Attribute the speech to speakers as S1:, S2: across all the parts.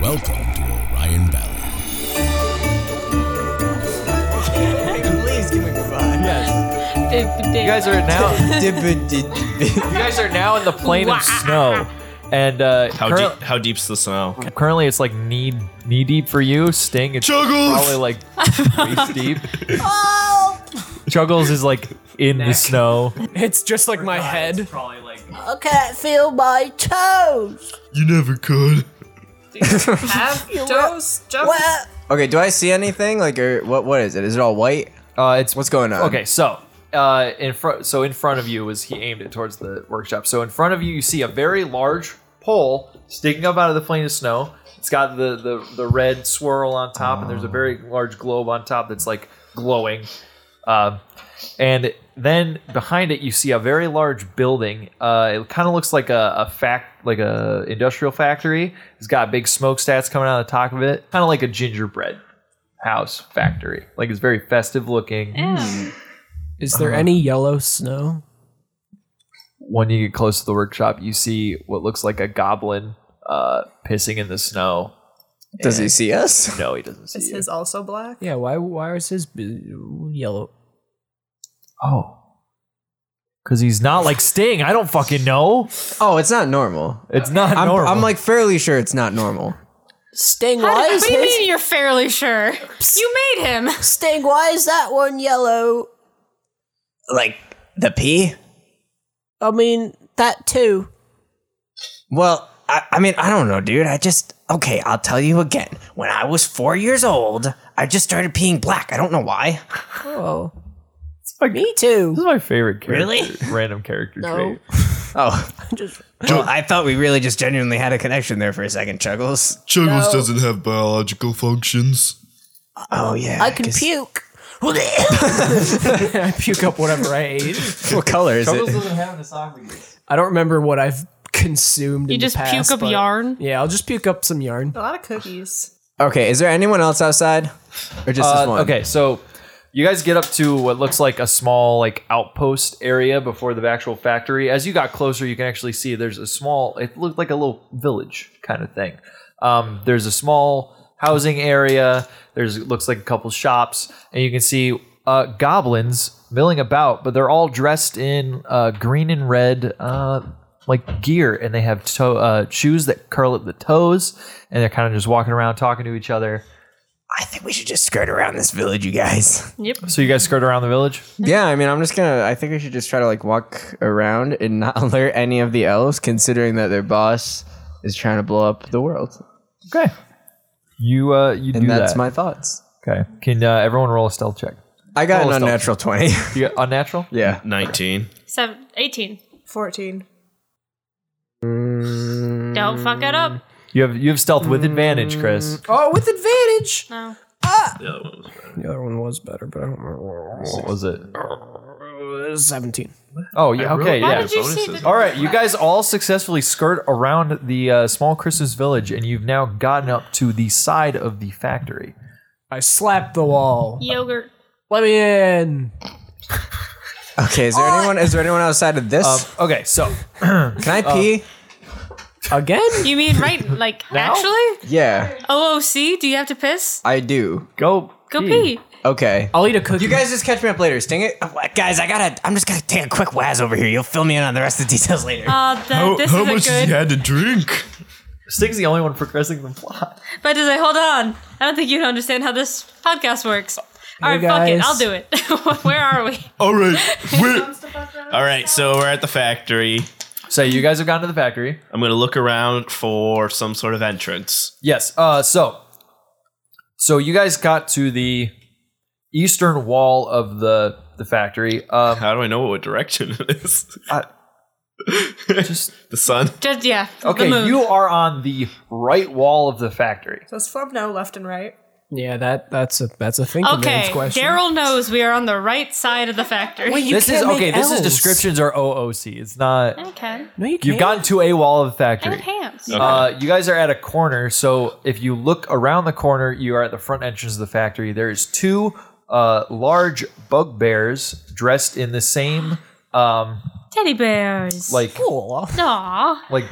S1: Welcome to Orion Valley.
S2: Please give me goodbye.
S3: Yes.
S4: You
S3: You guys are now.
S2: Dibba-dib-bib.
S3: You guys are now in the plain of snow, and uh,
S5: How
S3: curr-
S5: deep? How deep's the snow?
S3: currently it's like knee knee deep for you. Sting, it's probably like waist deep.
S6: Oh!
S3: Chuggles is like in the snow.
S6: It's just like my head.
S3: Probably like
S7: I can't feel my toes.
S5: You never could.
S4: have toes. Just
S7: Well,
S2: okay, do I see anything? Like, or what? What is it? Is it all white?
S3: uh, it's
S2: What's going on?
S3: Okay, so uh, in front, so in front of you is he aimed it towards the workshop. So in front of you, you see a very large pole sticking up out of the plain of snow. It's got the the, the red swirl on top, and there's a very large globe on top that's like glowing. Um, and then behind it, you see a very large building. Uh, it kind of looks like a, a fact, like a industrial factory. It's got big smokestacks coming out of the top of it, kind of like a gingerbread house factory. Like it's very festive looking.
S6: Is
S3: Uh-huh.
S6: there any yellow snow?
S3: when you get close to the workshop, you see what looks like a goblin uh, pissing in the snow.
S2: Does he see us?
S3: No, he doesn't see
S4: is
S3: you.
S4: his also black?
S6: Yeah. Why? Why is his b- yellow?
S3: oh, because he's not like Sting. I don't fucking know.
S2: Oh, it's not normal.
S3: It's not
S2: I'm,
S3: normal.
S2: I'm like fairly sure it's not normal.
S7: Sting,
S4: How
S7: why
S4: did-
S7: is
S4: what do you
S7: his-
S4: mean you're fairly sure? You made him.
S7: Sting, why is that one yellow?
S2: Like the pee?
S7: I mean, that too.
S2: Well, I, I mean, I don't know, dude. I just okay. I'll tell you again. When I was four years old, I just started peeing black. I don't know why.
S7: Oh. Me too.
S3: this is my favorite character.
S2: Really?
S3: Random character
S7: No.
S3: trait.
S2: Oh,
S7: Just-
S2: well, I thought we really just genuinely had a connection there for a second, Chuggles.
S5: Chuggles doesn't have biological functions.
S2: Oh yeah,
S7: I can
S2: 'cause-
S7: puke.
S6: I puke up whatever I ate.
S2: What color is it?
S3: doesn't have an esophagus.
S6: I don't remember what I've consumed.
S4: You
S6: in the
S4: just
S6: past,
S4: puke up
S6: but-
S4: yarn.
S6: Yeah, I'll just puke up some yarn.
S4: A lot of cookies.
S2: Okay, is there anyone else outside, or just this one?
S3: Uh, okay, so you guys get up to what looks like a small like outpost area before the actual factory. As you got closer, you can actually see there's a small. It looked like a little village kind of thing. Um, there's a small housing area. There's it looks like a couple shops, and you can see uh, goblins milling about, but they're all dressed in uh, green and red. Uh, like gear, and they have toe, uh, shoes that curl at the toes, and they're kind of just walking around talking to each other.
S2: I think we should just skirt around this village, you guys.
S4: Yep.
S3: So you guys skirt around the village.
S2: Yeah, I mean, I'm just gonna. I think we should just try to like walk around and not alert any of the elves, considering that their boss is trying to blow up the world.
S3: Okay. You uh you
S2: And
S3: do
S2: that's
S3: that.
S2: my thoughts.
S3: okay. Can uh, everyone roll a stealth check?
S2: I got
S3: Roll
S2: an
S3: a stealth.
S2: unnatural twenty.
S3: You got unnatural?
S2: yeah.
S5: Nineteen.
S4: Seven, 18.
S8: 14.
S3: Mm.
S4: Don't fuck it up.
S3: You have you have stealth with advantage, Chris.
S6: Oh, with advantage.
S4: No.
S6: The other one was better, but I don't remember.
S3: What was it?
S6: Uh, Seventeen.
S3: Oh yeah. Okay.
S4: Why
S3: Yeah.
S4: did you see the
S3: All right. You guys all successfully skirt around the uh, small Christmas village, and you've now gotten up to the side of the factory.
S6: I slapped the wall.
S4: yogurt?
S6: Let me in.
S2: Okay. Is there anyone? Is there anyone outside of this?
S3: Um, okay. So
S2: Can
S3: uh,
S2: I pee?
S6: Again?
S4: You mean right, like, actually?
S2: yeah,
S4: OOC? Do you have to piss?
S2: I do.
S3: go
S4: Go pee.
S2: Okay.
S3: Um,
S6: I'll eat a cookie.
S2: You guys just catch me up later. Sting it, Oh, guys. I gotta. I'm just gonna take a quick waz over here. You'll fill me in on the rest of the details later.
S4: Uh, the, this is a good.
S5: had to drink?
S3: Stig's the only one progressing the plot.
S4: But as I hold on, I don't think you understand how this podcast works. All right, fuck it.
S6: guys.
S4: I'll do it. Where are we?
S5: All right. We're- All right. So we're at the factory.
S3: So you guys have gotten to the factory.
S5: I'm gonna look around for some sort of entrance.
S3: Yes. Uh, so, so you guys got to the eastern wall of the the factory. Um,
S5: How do I know what direction it is?
S3: I- just
S5: The sun.
S4: Just, yeah.
S3: okay.
S4: The moon.
S3: You are on the right wall of the factory.
S8: So it's from no left and right.
S6: Yeah, that that's a that's a thinking
S4: okay.
S6: question.
S4: Daryl knows we are on the right side of the factory.
S3: this is okay. This is descriptions are OOC. It's not.
S4: Okay.
S6: No, you can't.
S3: You've gotten to a wall of the
S4: And
S3: factory.
S4: pants.
S3: Uh, you guys are at a corner, so if you look around the corner, you are at the front entrance of the factory. There is two uh, large bugbears dressed in the same um,
S4: Teddy bears.
S6: Uh,
S3: like
S4: Aw.
S3: like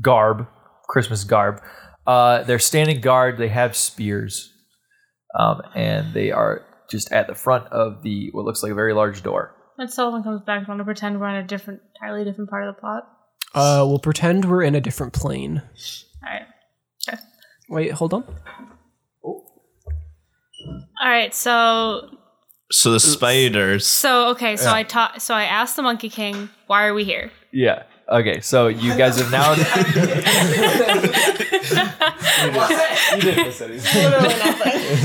S3: garb, Christmas garb. Uh, they're standing guard. They have spears, um, and they are just at the front of the what looks like a very large door.
S4: When Sullivan comes back, I want to pretend we're on a different, entirely different part of the plot.
S6: Uh, we'll pretend we're in a different plane.
S4: All right.
S6: Wait, hold on.
S4: All right. So,
S5: So the spiders.
S4: so okay. So I taught. So I asked the Monkey King, "Why are we here?"
S3: Yeah. Okay. So you guys have now.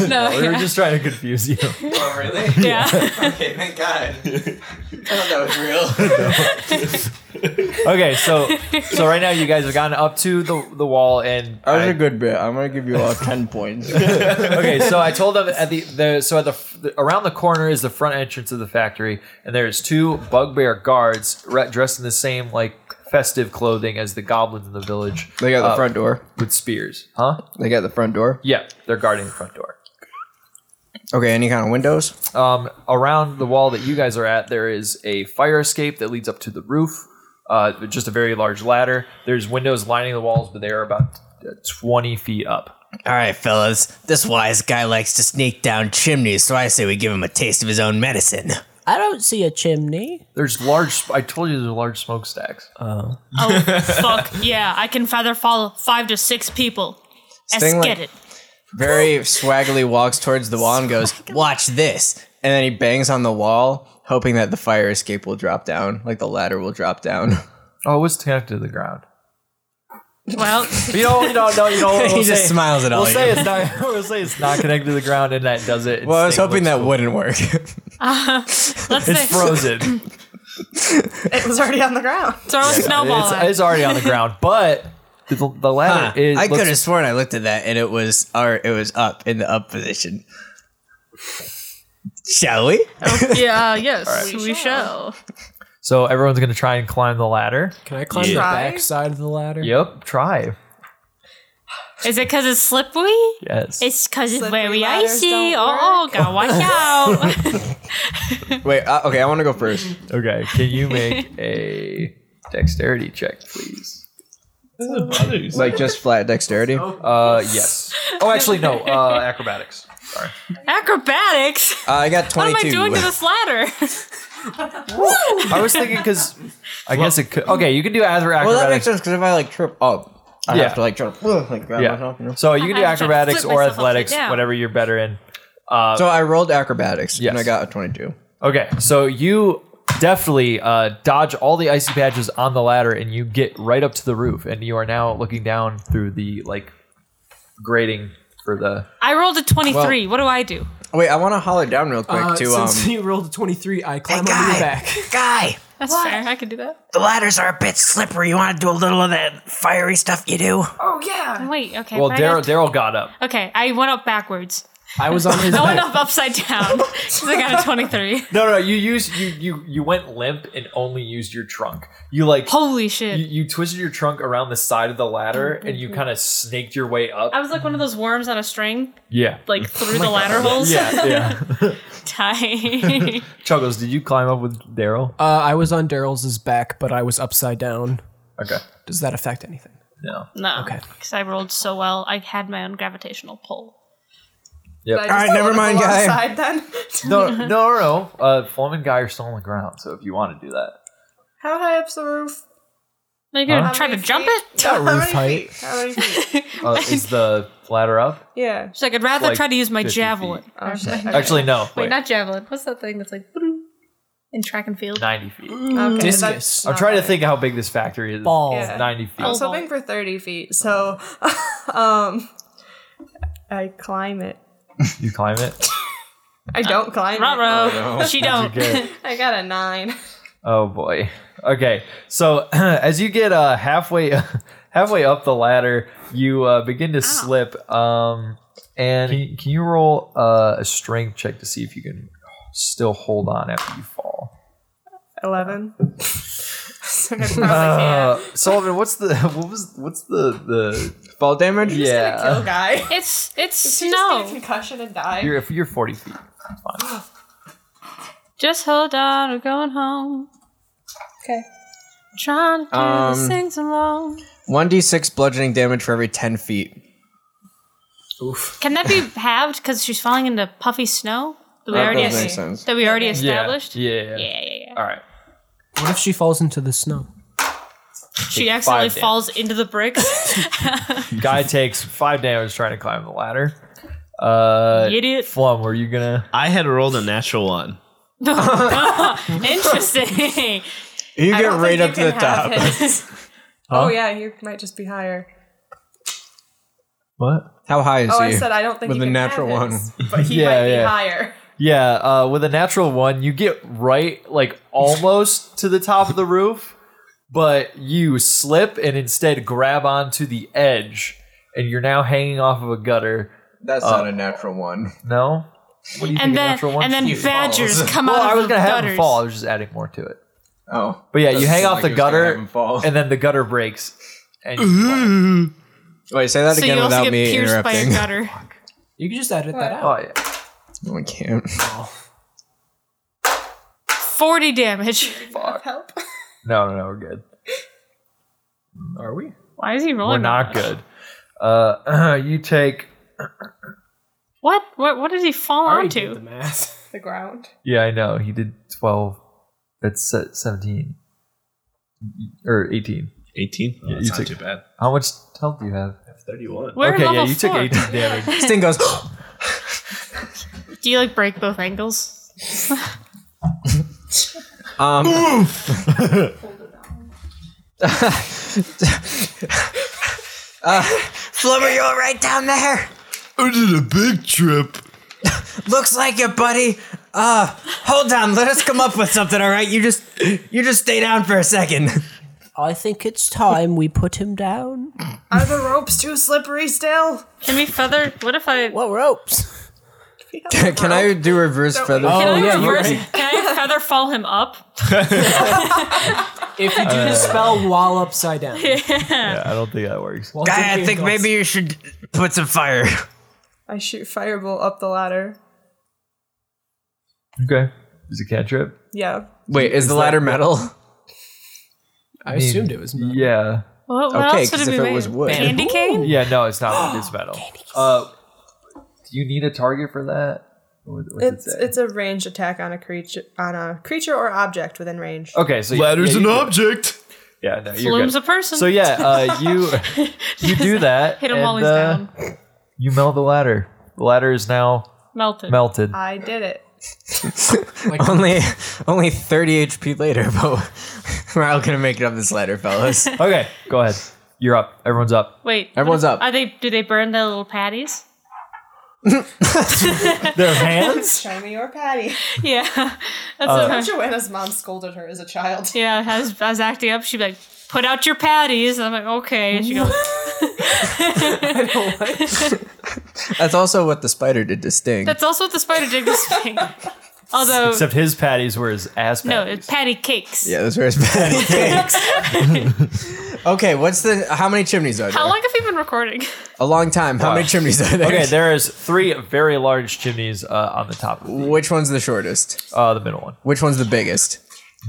S4: No.
S3: we were just trying to confuse you.
S9: Oh, really?
S4: yeah.
S9: Okay, thank God. I thought that was real.
S3: Okay. So so right now you guys have gotten up to the the wall and
S2: That was a good bit. I'm gonna give you all ten points.
S3: okay, so I told them at the, the so at the, the around the corner is the front entrance of the factory, and there's two bugbear guards re- dressed in the same like festive clothing as the goblins in the village
S2: They got the
S10: Oh.
S3: Uh,
S2: front door.
S3: with spears, huh?
S2: They got the front door.
S3: Yeah, they're guarding the front door.
S2: Okay, any kind of windows?
S3: Um, around the wall that you guys are at, there is a fire escape that leads up to the roof. Uh, just a very large ladder. There's windows lining the walls, but they are about uh, 20 feet up.
S10: All right, fellas. This wise guy likes to sneak down chimneys, so I say we give him a taste of his own medicine.
S7: I don't see a chimney.
S3: There's large. I told you there's large Uh, smokestacks.
S4: Oh fuck. Yeah. I can feather fall five to six people. Let's
S2: Sting like-
S4: get it.
S2: Very swaggily walks towards the wall and goes,
S10: Watch this.
S2: and then he bangs on the wall, hoping that the fire escape will drop down, like the ladder will drop down.
S3: Oh, it was connected to the ground.
S4: Well,
S3: You don't, you don't know, you don't.
S10: He
S3: we'll
S10: just
S3: say-
S10: smiles at all
S3: We'll
S10: of
S3: say
S10: you.
S3: it's not. We'll say it's not connected to the ground, and that does it.
S2: Well, I was hoping that wouldn't work.
S4: let's
S3: it's
S4: say
S3: frozen.
S11: It was already on the ground.
S4: throw a snowball
S3: it's,
S4: at. it.
S3: it's already on the ground, but the, the
S10: Huh,
S3: ladder is.
S10: I could
S3: looks-
S10: have sworn I looked at that and it was or it was up in the up position. Shall we?
S4: Yeah. uh, Yes. We shall.
S3: So everyone's gonna try and climb the ladder.
S6: Can I climb the
S5: Yeah.
S6: back side of the ladder?
S3: Yep, try.
S4: Is it because it's slippery?
S3: Yes.
S4: It's because it's
S11: Slippery
S4: very
S11: ladders
S4: icy.
S11: don't
S4: Oh, gotta watch out.
S2: Wait, uh, okay, I want to go first.
S3: okay. Can you make a dexterity check, please?
S2: Like just flat dexterity. Uh,
S3: Uh, yes. Oh, actually, no. Uh, acrobatics.
S4: Acrobatics.
S2: Uh, I got
S4: What am
S2: twenty-two.
S4: I doing to this ladder?
S3: I was thinking because I guess it could. Okay, you can do either acrobatics.
S2: well, that makes sense because if I like trip up, I
S3: Yeah.
S2: have to like trip, like grab
S3: yeah.
S2: myself. You know?
S3: So you can do
S4: I was trying to
S3: acrobatics
S4: flip
S3: or
S4: myself upside
S3: athletics,
S4: down.
S3: whatever you're better in.
S2: So I rolled acrobatics
S3: Yes.
S2: and I got a twenty-two.
S3: Okay, so you definitely uh, dodge all the icy patches on the ladder, and you get right up to the roof, and you are now looking down through the like grating for the.
S4: I rolled a 23. what do I do?
S2: Wait, I want to holler down real quick
S6: Uh,
S2: to um.
S6: since you rolled a 23, I climb
S10: Hey,
S6: onto your
S10: guy.
S6: back.
S10: Guy,
S4: That's fair. I can do that.
S10: the ladders are a bit slippery. You want to do a little of that fiery stuff you do?
S11: Oh yeah.
S4: Wait, okay.
S3: Well,
S4: but I
S3: Daryl Daryl
S4: got-
S3: got up.
S4: okay, I went up backwards.
S6: I was on his
S4: I went
S6: back.
S4: up upside down because I got a 23.
S3: No, no, you used you you you went limp and only used your trunk. You like.
S4: Holy shit.
S3: you, you twisted your trunk around the side of the ladder and you kind of snaked your way up.
S4: I was like one of those worms on a string,
S3: Yeah.
S4: like through the ladder holes.
S3: Oh Yeah, yeah.
S4: Tight.
S3: Chuggles, did you climb up with Daryl?
S6: Uh, I was on Daryl's back, but I was upside down.
S3: Okay.
S6: Does that affect anything?
S3: No.
S4: no.
S6: Okay.
S4: Because I rolled so well, I had my own gravitational pull.
S11: All
S2: right, never mind, guy.
S11: Side then.
S3: No, no, no, no. Uh, Flum and Guy are still on the ground, so if you want to do that.
S11: How high up's the roof?
S4: Are you going to
S3: Huh?
S4: try to jump it?
S11: How
S6: roof
S11: many
S6: height.
S11: feet? How many feet?
S3: Uh, is the ladder up?
S11: Yeah.
S4: So I could rather
S3: Like
S4: try to use my
S3: 50 feet.
S4: javelin.
S11: Oh, shit. Okay.
S3: Actually, no.
S4: Wait,
S3: Wait,
S4: not javelin. What's that thing that's like bloop, in track and field?
S3: 90 feet.
S11: Okay,
S6: Discus.
S11: that's
S3: I'm
S11: not
S3: trying to
S11: bad.
S3: think how big this factory is.
S6: Ball.
S11: Yeah.
S3: 90 feet.
S11: I was
S4: Elbow.
S11: hoping for 30 feet, so um, I climb it.
S3: You climb it?
S11: I
S4: Uh,
S11: don't climb it.
S4: Ruh-roh. She don't.
S3: Okay.
S11: I got a nine.
S3: Oh, boy. Okay. So, as you get uh, halfway halfway up the ladder, you uh, begin
S4: Ah.
S3: to slip. Um, and can, can you roll uh, a strength check to see if you can still hold on after you fall?
S11: 11. so I probably
S3: Uh, Sullivan, what's the what was what's the the
S2: Fall damage?
S11: can't kill guy. Did
S4: It's it's
S11: he just get a
S4: snow.
S11: concussion and die.
S3: You're if you're 40 feet. it's fine.
S4: Just hold on, we're going home.
S11: okay.
S4: Trying to do
S2: Um,
S4: the sings along.
S2: 1d6 bludgeoning damage for every 10 feet.
S4: Can that be halved because she's falling into puffy snow? That we
S2: That
S4: already
S2: does make sense.
S4: that we already
S3: Yeah.
S4: established.
S3: Yeah. Yeah. yeah.
S4: yeah, yeah.
S3: All right.
S7: What if she falls into the snow?
S4: She accidentally
S3: five damage.
S4: falls into the bricks.
S3: Guy takes five damage trying to climb the ladder. Uh,
S4: Idiot.
S3: Flum, were you gonna?
S5: I had rolled a natural one.
S4: Interesting.
S2: You get
S11: I don't
S2: right
S11: think
S2: up to
S11: you
S2: the
S11: can have
S2: top.
S11: his. Oh yeah, you might just be higher.
S3: What?
S2: How high is
S11: Oh,
S2: he?
S11: I said I don't think
S2: With
S11: you
S2: a
S11: can
S2: natural
S11: have
S2: one.
S11: his, but he
S3: Yeah,
S11: might be
S3: yeah.
S11: higher.
S3: Yeah, uh, with a natural one, you get right, like almost to the top of the roof, but you slip and instead grab onto the edge, and you're now hanging off of a gutter.
S2: That's not a natural one.
S3: No, what do you think? a
S4: and then
S3: natural one.
S4: and then
S2: She
S4: badgers
S2: falls.
S4: come
S3: well,
S4: out
S3: I
S4: of
S3: was
S4: the
S3: gonna have him
S4: gutters.
S3: fall. I was just adding more to it.
S2: Oh.
S3: But yeah, you
S2: Doesn't
S3: hang
S2: seem
S3: off
S2: like
S3: the
S2: he was gonna
S3: gutter,
S2: have him fall.
S3: and then the gutter breaks. And you fall.
S2: Wait, say that
S4: So
S2: again
S4: you also
S2: without
S4: get
S2: me
S4: pierced by your
S2: interrupting.
S4: gutter.
S6: You can just edit that out.
S3: Oh yeah.
S2: No, I can't.
S4: Forty damage.
S11: Help.
S3: No, no, no, we're good. Are we?
S4: Why is he rolling?
S3: We're not good. Uh, you take.
S4: What? What? What did he fall
S6: I already did
S4: onto?
S6: the math.
S11: The ground.
S3: Yeah, I know. He did 12. That's se- 17. Or 18.
S5: 18? Oh,
S3: you
S5: that's not
S3: took-
S5: too bad.
S3: How much health do you have?
S5: 31.
S4: We're
S3: okay, yeah,
S4: level
S3: you took
S4: four.
S3: 18 damage.
S2: Sting goes,
S4: Do you like break both ankles?
S2: um,
S10: Flubber, you all right down there?
S5: I did a big trip.
S10: Looks like it, buddy. Uh, hold on. Let us come up with something, all right? You just, you just stay down for a second.
S7: I think it's time we put him down.
S11: Are the ropes too slippery still?
S4: Can we feather? What if I?
S7: What Oh, ropes?
S2: can I do reverse feather?
S3: Oh,
S4: Can I
S6: yeah, you're
S4: reverse- Can I feather fall him up?
S6: If you do the spell while upside down,
S3: Yeah, I don't think that works.
S6: While
S10: Guy, I
S6: drinking
S10: think
S6: glass.
S10: maybe you should put some fire.
S11: I shoot fireball up the ladder.
S3: Okay. Is it cantrip?
S11: Yeah.
S2: Wait, is the ladder metal?
S6: I assumed it was. metal.
S3: Yeah.
S4: What, what
S2: Okay,
S4: else would
S2: because
S4: it
S2: if
S4: be?
S2: it
S4: made
S2: was
S4: of?
S2: wood.
S4: Candy cane?
S3: Yeah, no, it's not this metal. Uh, do you need a target for that? What- what's it
S11: It's
S3: say?
S11: it's a ranged attack on a creature on a creature or object within range.
S3: okay, so
S5: Ladder's
S3: yeah,
S5: an
S3: you-
S5: object.
S3: Yeah, no, you're
S4: Bloom's
S3: good.
S4: a person.
S3: So yeah, uh, you you do that.
S4: Hit him
S3: and,
S4: while he's
S3: uh,
S4: down.
S3: You melt the ladder. The ladder is now
S4: Melted.
S3: melted.
S11: I did it.
S2: only, only 30 HP later, but we're all gonna make it up this ladder, fellas.
S3: Okay, go ahead. You're up. Everyone's up.
S4: Wait. what
S2: Everyone's
S4: if-
S2: up.
S4: Are they? Do they burn their little patties?
S3: Their hands.
S11: Show me your patty.
S4: Yeah. That's what I'm-
S11: Joanna's mom scolded her as a child.
S4: yeah. I was, I was acting up. She'd be like, "Put out your patties." And I'm like, "Okay." And she goes,
S2: That's also what the spider did to Sting.
S4: "That's also what the spider did this thing." Although,
S3: Except his patties were his ass
S4: no,
S3: patties.
S4: it's patty cakes.
S2: yeah, those were his patty cakes. okay, what's the how many chimneys are there?
S4: How long have we been recording?
S2: A long time. How many chimneys are there?
S3: Okay, there is three very large chimneys uh, on the top of the,
S2: Which one's the shortest?
S3: uh, the middle one.
S2: Which one's the biggest?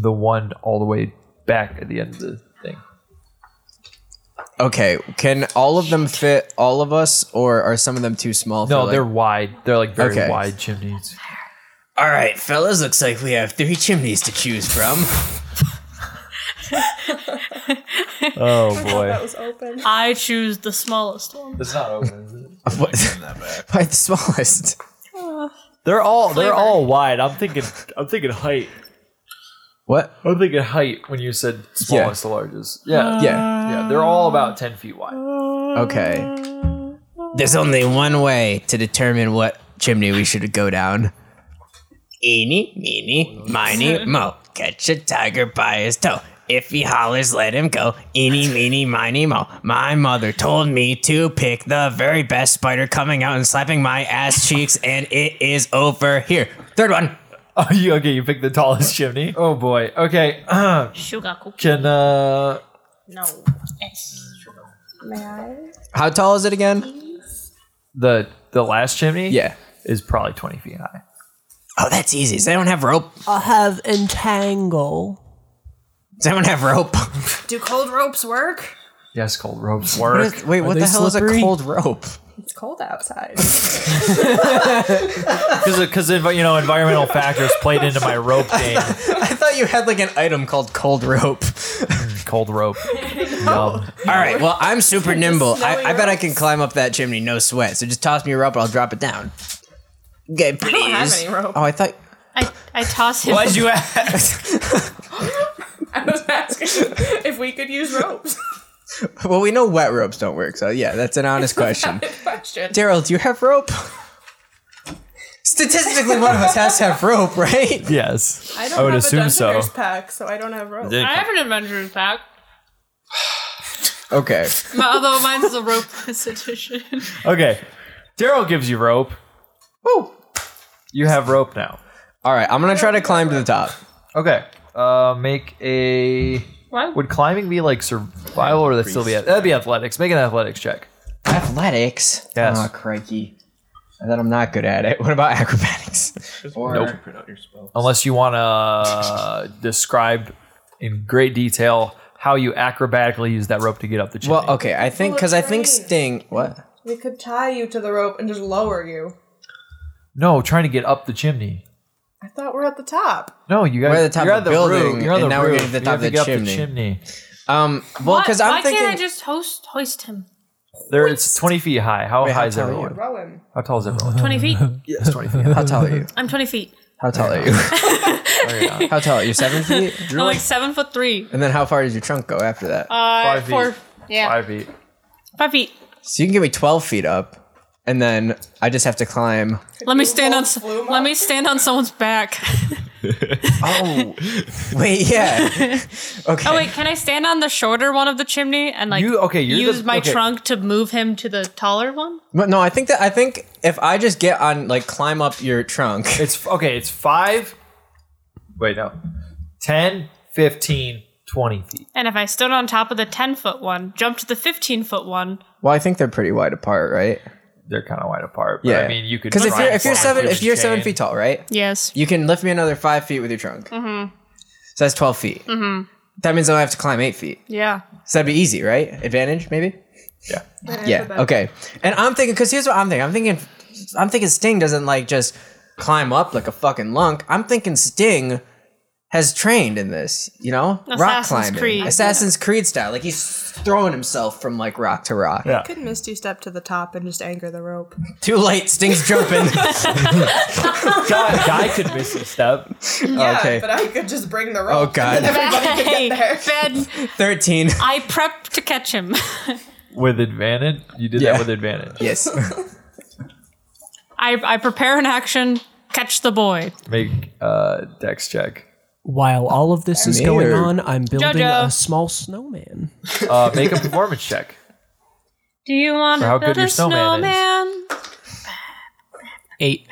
S3: The one all the way back at the end of the thing.
S2: Okay, can all of them fit all of us, or are some of them too small?
S3: No,
S2: for, like-
S3: they're wide. They're like very
S2: Okay.
S3: wide chimneys.
S10: All right, fellas. Looks like we have three chimneys to choose from.
S3: Oh boy.
S11: was open.
S4: I choose the smallest one.
S3: It's not open. Is it?
S2: What- Why the smallest?
S3: They're all they're all wide. I'm thinking I'm thinking height.
S2: What?
S3: I'm thinking height when you said smallest to largest.
S4: Uh,
S3: Yeah.
S2: Yeah.
S3: Yeah. They're all about ten feet wide.
S2: Okay.
S10: There's only one way to determine what chimney we should go down. Eeny, meeny, miny, mo. Catch a tiger by his toe. If he hollers, let him go. Eeny, meeny, miny, mo. My mother told me to pick the very best spider coming out and slapping my ass cheeks, and it is over here. Third one.
S3: Oh you okay, you picked the tallest chimney. Oh boy. Okay.
S4: Sugar cookie.
S3: Can uh
S4: No. S.
S2: How tall is it again?
S3: the the last chimney
S2: Yeah.
S3: is probably 20 feet high
S10: Oh, that's easy. Does anyone have rope?
S7: I have entangle.
S10: Does anyone have rope?
S11: Do cold ropes work?
S3: Yes, cold ropes
S2: What
S3: work.
S2: is- wait, what
S12: they
S2: the hell is
S12: slippery?
S2: a cold rope?
S11: It's cold outside.
S3: Because you know environmental factors played into my rope game.
S2: I thought you had like an item called cold rope.
S3: Cold rope. Yum.
S2: All right, well, I'm super nimble.
S11: snowy
S2: I, I bet I can
S11: ropes.
S2: climb up that chimney, no sweat. So just toss me a rope, and I'll drop it down. Okay, please.
S11: don't have any rope.
S2: Oh, I thought.
S4: I, I toss him.
S13: Why'd you ask?
S11: I was asking if we could use ropes.
S2: Well, we know wet ropes don't work, so yeah, that's an honest question.
S11: Question.
S2: Daryl, do you have rope? Statistically, one of us has to have rope, right?
S3: Yes.
S11: I don't
S3: would
S11: have
S3: assume
S11: a
S3: so.
S11: Dungeoneers pack, so I don't have rope.
S13: Did-
S4: I have an adventurer's pack.
S2: Okay.
S4: My, although mine's the ropeless edition.
S3: Okay. Daryl gives you rope. Woo. You have rope now.
S2: All right, I'm gonna try to climb to the top.
S3: Okay. Uh, make a.
S4: What?
S3: Would climbing be like survival, or that still be that'd be athletics? Make an athletics check.
S2: Athletics.
S3: Yes.
S2: Oh, crikey. I thought I'm not good at it. What about acrobatics? Or
S3: Nope. Unless you want to uh, describe in great detail how you acrobatically use that rope to get up the chimney.
S2: well, okay. I think because I think Sting. What?
S11: We could tie you to the rope and just lower you.
S3: no, trying to get up the chimney.
S11: I thought we're at the top.
S3: No, you guys.
S2: We're at the top
S3: you're
S2: of the building,
S3: Roof. You're on
S2: and
S3: the
S2: now we're getting to
S3: roof.
S2: the
S3: You
S2: top
S3: have
S2: of the
S3: get up
S2: chimney.
S3: chimney.
S2: Um. Well, because
S4: Why
S2: I'm thinking.
S4: can't I just host hoist him?
S3: There, it's 20 feet high. How high
S2: how
S3: is
S2: tall are
S3: everyone?
S11: Row him.
S3: How tall is everyone?
S4: Twenty feet.
S3: yes, 20 feet.
S2: How tall are you?
S4: I'm twenty feet.
S2: How tall are you? how tall are you? Seven feet.
S4: I'm like seven foot three.
S2: And then how far does your trunk go after that?
S4: Uh,
S3: Five feet.
S4: four. Yeah,
S3: Five feet.
S4: five feet.
S2: so you can give me twelve feet up, and then I just have to climb.
S4: Let me stand on. s-
S11: flume
S4: Let
S11: up?
S4: me stand on someone's back.
S2: Oh. Wait. Yeah. Okay.
S4: Oh wait, can I stand on the shorter one of the chimney and like
S3: You- okay, you're
S4: use
S3: the-
S4: my
S3: okay.
S4: trunk to move him to the taller one?
S2: But no, I think that I think if I just get on like climb up your trunk.
S3: It's okay. It's five. Wait, no. 10, 15, 20 feet.
S4: And if I stood on top of the ten foot one, jumped to the fifteen foot one,
S2: Well, I think they're pretty wide apart, right?
S3: They're kind of wide apart. But I mean, you could
S2: because if
S3: try
S2: you're
S3: and
S2: if you're
S3: climb
S2: seven
S3: through
S2: if
S3: the
S2: you're seven
S3: chain.
S2: feet tall, right?
S4: yes,
S2: You can lift me another five feet with your trunk. Mm-hmm. So that's twelve feet. Mm-hmm. That means I only have to climb eight feet.
S4: yeah,
S2: So that'd be easy, right? Advantage, maybe.
S3: Yeah.
S2: Yeah. Okay. And I'm thinking because here's what I'm thinking. I'm thinking I'm thinking Sting doesn't like just climb up like a fucking lunk. I'm thinking Sting has trained in this, you know, rock
S4: Assassin's
S2: climbing,
S4: Creed.
S2: Assassin's Creed style. Like he's throwing himself from like rock to rock.
S3: Yeah.
S11: Could misty step to the top and just anger the rope.
S2: Too late. Sting's jumping.
S3: Guy, guy could miss a step.
S11: Yeah,
S2: okay.
S11: but I could just bring the
S2: Oh
S11: rope.
S2: god.
S4: Hey, Ben,
S2: Thirteen.
S4: I prepped to catch him.
S3: With advantage? You did
S2: Yeah.
S3: that with advantage.
S2: Yes.
S4: I I prepare an action, catch the boy.
S3: Make uh, dex check.
S6: While all of this is
S2: Me
S6: going
S2: or-
S6: on, I'm building
S4: Jojo.
S6: a small snowman.
S3: Uh, make a performance check.
S4: Do you want
S3: For how
S4: to
S3: good
S4: build
S3: your
S4: a
S3: snowman is.
S4: snowman?
S6: Eight.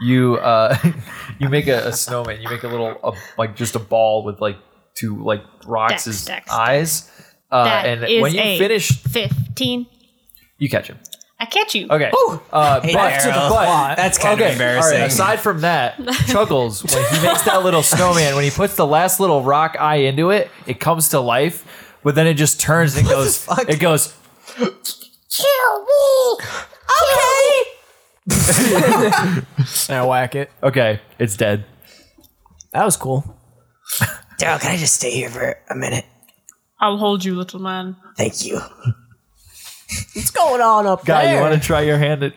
S3: You uh, you make a, a snowman. You make a little a, like just a ball with like two like rocks'
S4: Dex,
S3: as
S4: dex,
S3: eyes. Uh,
S4: That
S3: and
S4: is
S3: when you
S4: a-
S3: finish,
S4: Fifteen.
S3: you catch him.
S4: I catch you.
S3: Okay. Uh, but,
S2: Daryl.
S3: but-
S2: That's kind of embarrassing.
S3: alright, aside from that, Chuggles, when he makes that little snowman, when he puts the last little rock eye into it, it comes to life, but then it just turns and goes, it goes,
S12: And I whack it.
S3: okay, it's dead.
S6: That was cool.
S2: Daryl, can I just stay here for a minute?
S4: I'll hold you, little man.
S2: Thank you.
S6: What's going on up
S3: Guy,
S6: there?
S3: you want to try your hand at.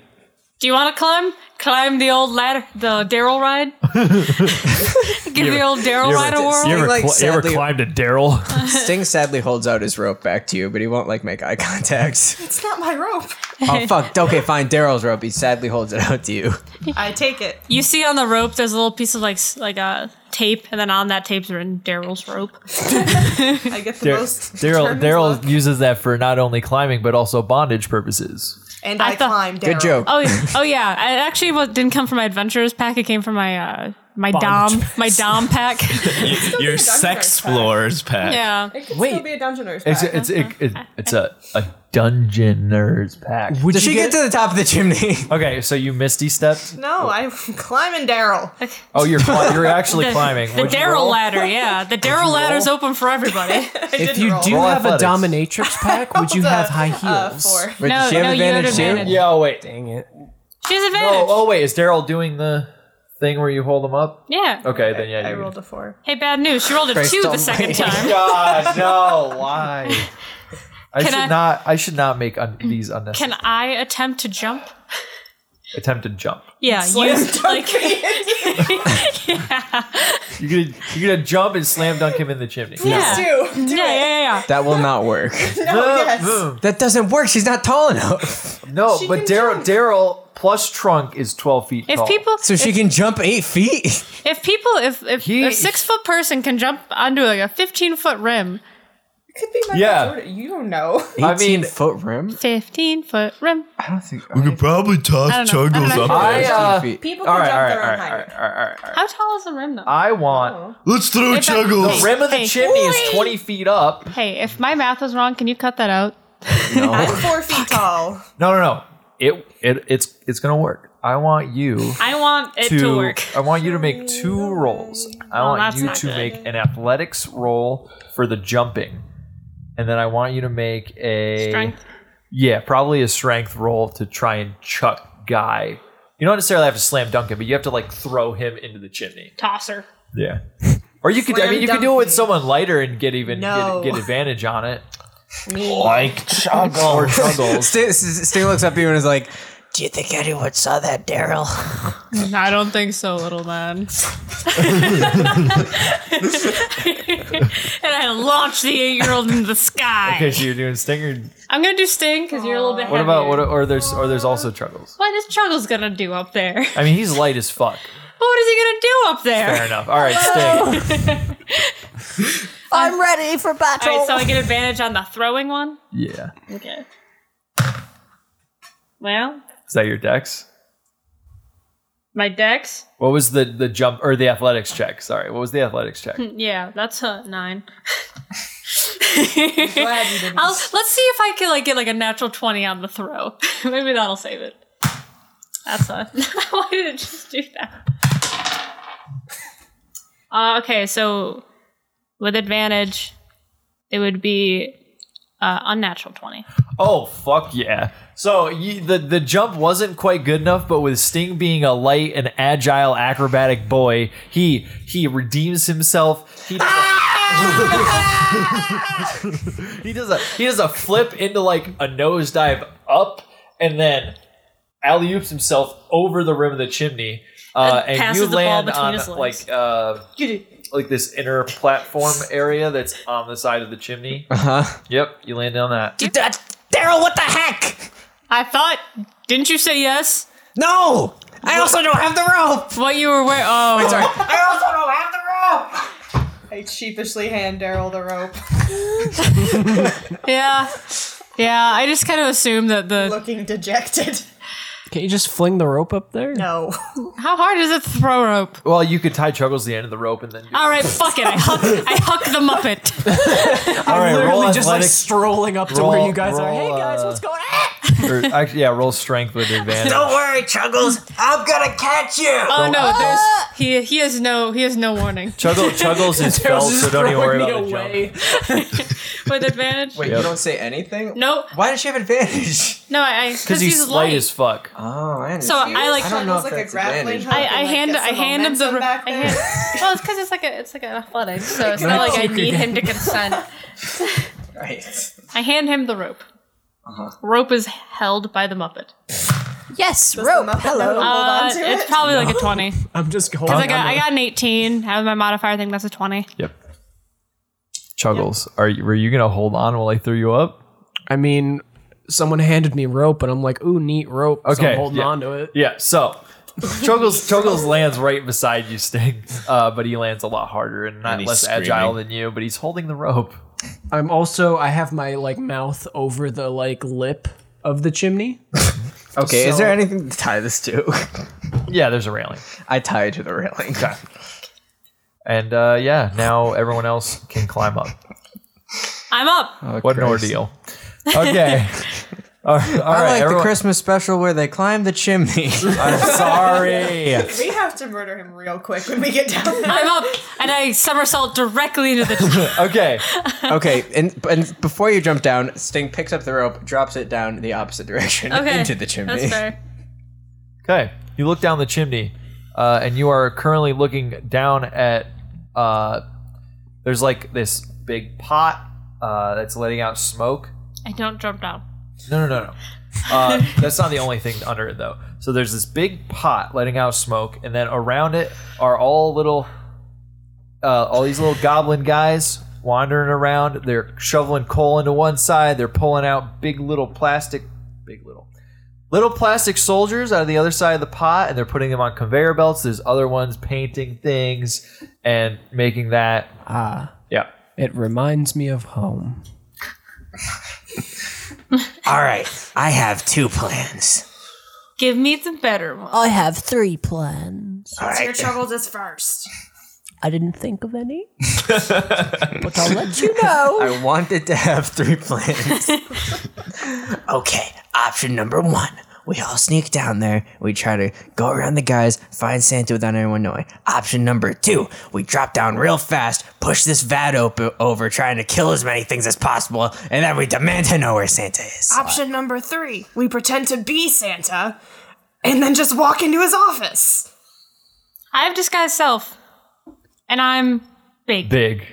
S4: Do you want to climb? Climb the old ladder, the Daryl ride. Give the old Daryl ride a whirl.
S2: ever Like, cli- you ever sadly- climbed
S3: a Daryl?
S2: Sting sadly holds out his rope back to you, but he won't like make eye contact.
S11: It's not my rope.
S2: oh fuck. Okay, fine. Daryl's rope. He sadly holds it out to you.
S11: I take it.
S4: You see on the rope, there's a little piece of like s- like a tape, and then on that tape's written Daryl's rope.
S11: I get the most.
S3: Daryl
S11: determined
S3: Daryl
S11: look,
S3: uses that for not only climbing, but also bondage purposes.
S11: and I,
S4: thought-
S11: climb. Daryl.
S2: Good joke.
S4: Oh, oh yeah. It actually wa- didn't come from my adventurers pack. It came from my uh, my dom, my dom pack.
S5: Your sex floors, Pat.
S4: yeah.
S11: It could
S6: Wait.
S11: still be a dungeoner's
S3: It's
S11: pack.
S3: it's it, it, it's a a dungeon nerds pack.
S6: Would
S2: Did she get to the top of the chimney?
S3: Okay, so you misty stepped.
S11: no, I'm climbing Daryl.
S3: Oh, you're cli- you're actually
S4: The,
S3: climbing.
S4: the
S3: What'd you
S4: Daryl
S3: roll?
S4: ladder, yeah. The Daryl ladder's open for everybody.
S6: if you do
S3: Roll
S6: have a
S3: athletics.
S6: dominatrix pack, would you have high heels?
S11: Uh, four.
S2: Wait,
S4: No,
S2: does she have
S4: no, you had
S2: advantage too?
S4: advantage.
S3: Yeah. Oh wait.
S2: Dang it.
S4: She has
S3: Oh,
S4: advantage.
S3: oh wait. Is Daryl doing the thing where you hold him up?
S4: Yeah.
S3: Okay, then yeah.
S11: I
S3: you
S11: rolled a four.
S4: Hey, bad news. She rolled a two the second time.
S3: God no! Why? I
S4: Can
S3: should
S4: I-
S3: not. I should not make un- these unnecessary
S4: Can I attempt to jump?
S3: attempted jump.
S4: Yeah, you like. yeah.
S3: You're gonna you're gonna jump and slam dunk him in the chimney.
S4: Yeah. yeah,
S11: Two.
S4: yeah,
S11: Do
S4: yeah, yeah.
S2: That will not work.
S11: it. No,
S4: Oh,
S11: yes.
S3: Boom.
S2: that doesn't work. She's not tall enough.
S3: No,
S11: She
S3: but
S11: can
S3: Daryl
S11: jump.
S3: Daryl plus trunk is twelve feet
S4: If
S3: tall.
S4: people,
S2: So she can jump eight feet.
S4: if people, if if
S3: He-
S4: a six foot person can jump onto like a fifteen foot rim,
S11: It could be Michael
S3: Yeah.
S11: Jordan. You don't know.
S3: I mean,
S2: foot rim.
S4: fifteen foot rim.
S1: We could probably
S4: I
S1: toss
S4: don't know. I
S1: Chuggles
S4: don't
S1: up
S4: know.
S3: I
S1: there.
S3: uh,
S11: People can
S3: all right, all
S11: jump
S3: right, all
S11: their own
S3: right, all
S11: height.
S3: right, all right, all right.
S4: How tall is the rim though?
S3: I want
S1: Let's throw
S4: If I-
S1: Chuggles.
S4: Hey,
S3: rim of the
S4: hey.
S3: chimney is twenty feet up.
S4: hey, if my math was wrong, can you cut that out?
S11: I'm four feet tall.
S3: No, no, no. It it it's it's gonna work. I want you.
S4: I want it to, work.
S3: I want you to make two rolls. I
S4: Oh,
S3: want
S4: that's
S3: you
S4: not
S3: to
S4: good.
S3: make an athletics roll for the jumping, and then I want you to make a
S4: Strength.
S3: Yeah, probably a strength roll to try and chuck guy. You don't necessarily have to slam dunk him, but you have to like throw him into the chimney.
S4: Tosser.
S3: Yeah. Or you could, I
S11: Slam
S3: mean, you could
S11: dunk
S3: do it with
S11: me.
S3: someone lighter and get even
S11: No.
S3: get, get advantage on it.
S5: Like
S3: Or
S5: Chuggles.
S3: chuggles.
S2: Sting, Sting looks up at you and is like,
S7: Do you think anyone saw that, Daryl?
S4: I don't think so, little man. and I launch the eight year old into the sky.
S3: Okay, so you're doing stinger.
S4: I'm gonna do Sting because you're a little bit.
S3: What
S4: heavier.
S3: about what? Or there's or there's also chuggles.
S4: What is Chuggles gonna do up there?
S3: I mean, he's light as fuck.
S4: But what is he gonna do up there?
S3: Fair enough. All right, sting.
S7: I'm ready for battle.
S4: All right, so I get advantage on the throwing one.
S3: Yeah.
S4: Okay. Well,
S3: Is that your dex?
S4: my dex.
S3: What was the the jump or the athletics check? Sorry, what was the athletics check?
S4: Yeah, that's a nine. I'll, let's see if I can like get like a natural twenty on the throw. Maybe that'll save it. That's a. Why did it just do that? Uh, okay, so with advantage, it would be uh, unnatural twenty.
S3: Oh fuck yeah! So you, the the jump wasn't quite good enough, but with Sting being a light and agile acrobatic boy, he he redeems himself. He does a, he does a he does a flip into like a nosedive up, and then alley oops himself over the rim of the chimney, uh,
S4: And
S3: and,
S4: passes
S3: you
S4: the ball
S3: land
S4: between
S3: on
S4: his legs.
S3: like uh, like this inner platform area that's on the side of the chimney. Uh huh. Yep, you land on that.
S10: Daryl, what the heck?
S4: I thought. Didn't you say yes?
S10: No! I also don't have the rope!
S4: What you were wearing? Oh,
S11: I sheepishly hand Daryl the rope,
S4: yeah, yeah. I just kind of assumed that the
S11: looking dejected.
S6: Can you just fling the rope up there?
S11: No.
S4: how hard is it to throw a rope?
S3: Well, you could tie Chuggles to the end of the rope and then. Do-
S4: All right, fuck it. I huck, I huck the muppet.
S3: All right,
S6: Literally just like strolling up to where
S3: Roll-
S6: you guys are.
S3: roll,
S6: Hey guys,
S3: uh,
S6: what's going on?
S3: or, actually, yeah, roll strength with advantage.
S10: Don't worry, Chuggles. I'm gonna catch you!
S4: Oh no,
S2: Uh,
S4: there's he. He has no. He has no warning.
S3: Chuggle, Chuggles is felt,
S6: Just
S3: so don't even worry
S6: throwing me
S3: about the
S6: away.
S3: jump.
S4: With advantage.
S2: Wait,
S3: Yep.
S2: you don't say anything?
S4: Nope.
S2: Why does she have advantage?
S4: No, I because
S3: Because he's, light as fuck.
S2: Oh, I understand.
S4: So I like.
S2: I
S4: I,
S2: don't know
S11: It's
S2: if
S11: like a
S2: that's
S11: grappling
S2: advantage.
S11: hook.
S4: I
S11: and, like,
S4: hand.
S11: get
S4: I
S11: some
S4: hand him the.
S11: momentum
S4: I
S11: back there.
S4: hand. Well, it's because it's like a. It's like an athletic, so it's not like I need him to consent.
S2: Right.
S4: I hand him the rope. Rope is held by the muppet.
S7: yes,
S11: Does the
S7: rope.
S11: Muppet
S7: Hello.
S11: know to hold
S4: Uh,
S11: on to
S4: it's
S11: it?
S4: probably like a twenty.
S6: I'm just holding.
S4: Like I,
S6: on
S4: I
S6: to-
S4: got an 18. Have my modifier thing. That's a 20.
S3: Yep. Chuggles, are you, were you gonna hold on while I threw you up?
S6: I mean, someone handed me rope, and I'm like, ooh, neat rope. so
S3: Okay,
S6: I'm holding
S3: yeah.
S6: on to it.
S3: Yeah. So. Chuggles, Chuggles lands right beside you, Sting, uh, but he lands a lot harder and not
S5: he's
S3: less
S5: screaming.
S3: agile than you. But he's holding the rope.
S6: I'm also I have my like mouth over the like lip of the chimney.
S2: Okay, is
S6: So-
S2: there anything to tie this to?
S3: Yeah, there's a railing.
S2: I tie to the railing.
S3: And uh, yeah, now everyone else can climb up.
S4: I'm up.
S2: Oh,
S3: What an
S2: Christ.
S3: ordeal. Okay. All right. all
S2: I
S3: right,
S2: like the
S3: everyone-
S2: Christmas special where they climb the chimney.
S3: I'm sorry.
S11: We have to murder him real quick when we get down there.
S4: I'm up, and I somersault directly into the.
S3: okay.
S2: okay, and, and before you jump down, Sting picks up the rope, drops it down the opposite direction
S4: Okay,
S2: into the chimney.
S4: That's fair.
S3: Okay. You look down the chimney, uh, and you are currently looking down at. Uh, there's like this big pot uh, that's letting out smoke.
S4: I don't jump down.
S3: No, no, no, no. Uh, that's not the only thing under it, though. So there's this big pot letting out smoke, and then around it are all little, uh, all these little goblin guys wandering around. They're shoveling coal into one side. They're pulling out big little plastic, big little, little plastic soldiers out of the other side of the pot, and they're putting them on conveyor belts. There's other ones painting things and making that. Ah. Yeah.
S6: It reminds me of home.
S10: All right, I have two plans.
S4: Give me the better one.
S7: I have three plans.
S10: All
S11: Your
S10: right,
S11: troubles is first.
S7: I didn't think of any, but I'll let you know.
S2: I wanted to have three plans.
S10: okay. Option number one: we all sneak down there. We try to go around the guys, find Santa without anyone knowing. Option number two: we drop down real fast, push this vat open over, trying to kill as many things as possible, and then we demand to know where Santa is.
S11: Option number three we pretend to be Santa and then just walk into his office.
S4: I have disguised self, and I'm big.
S3: Big.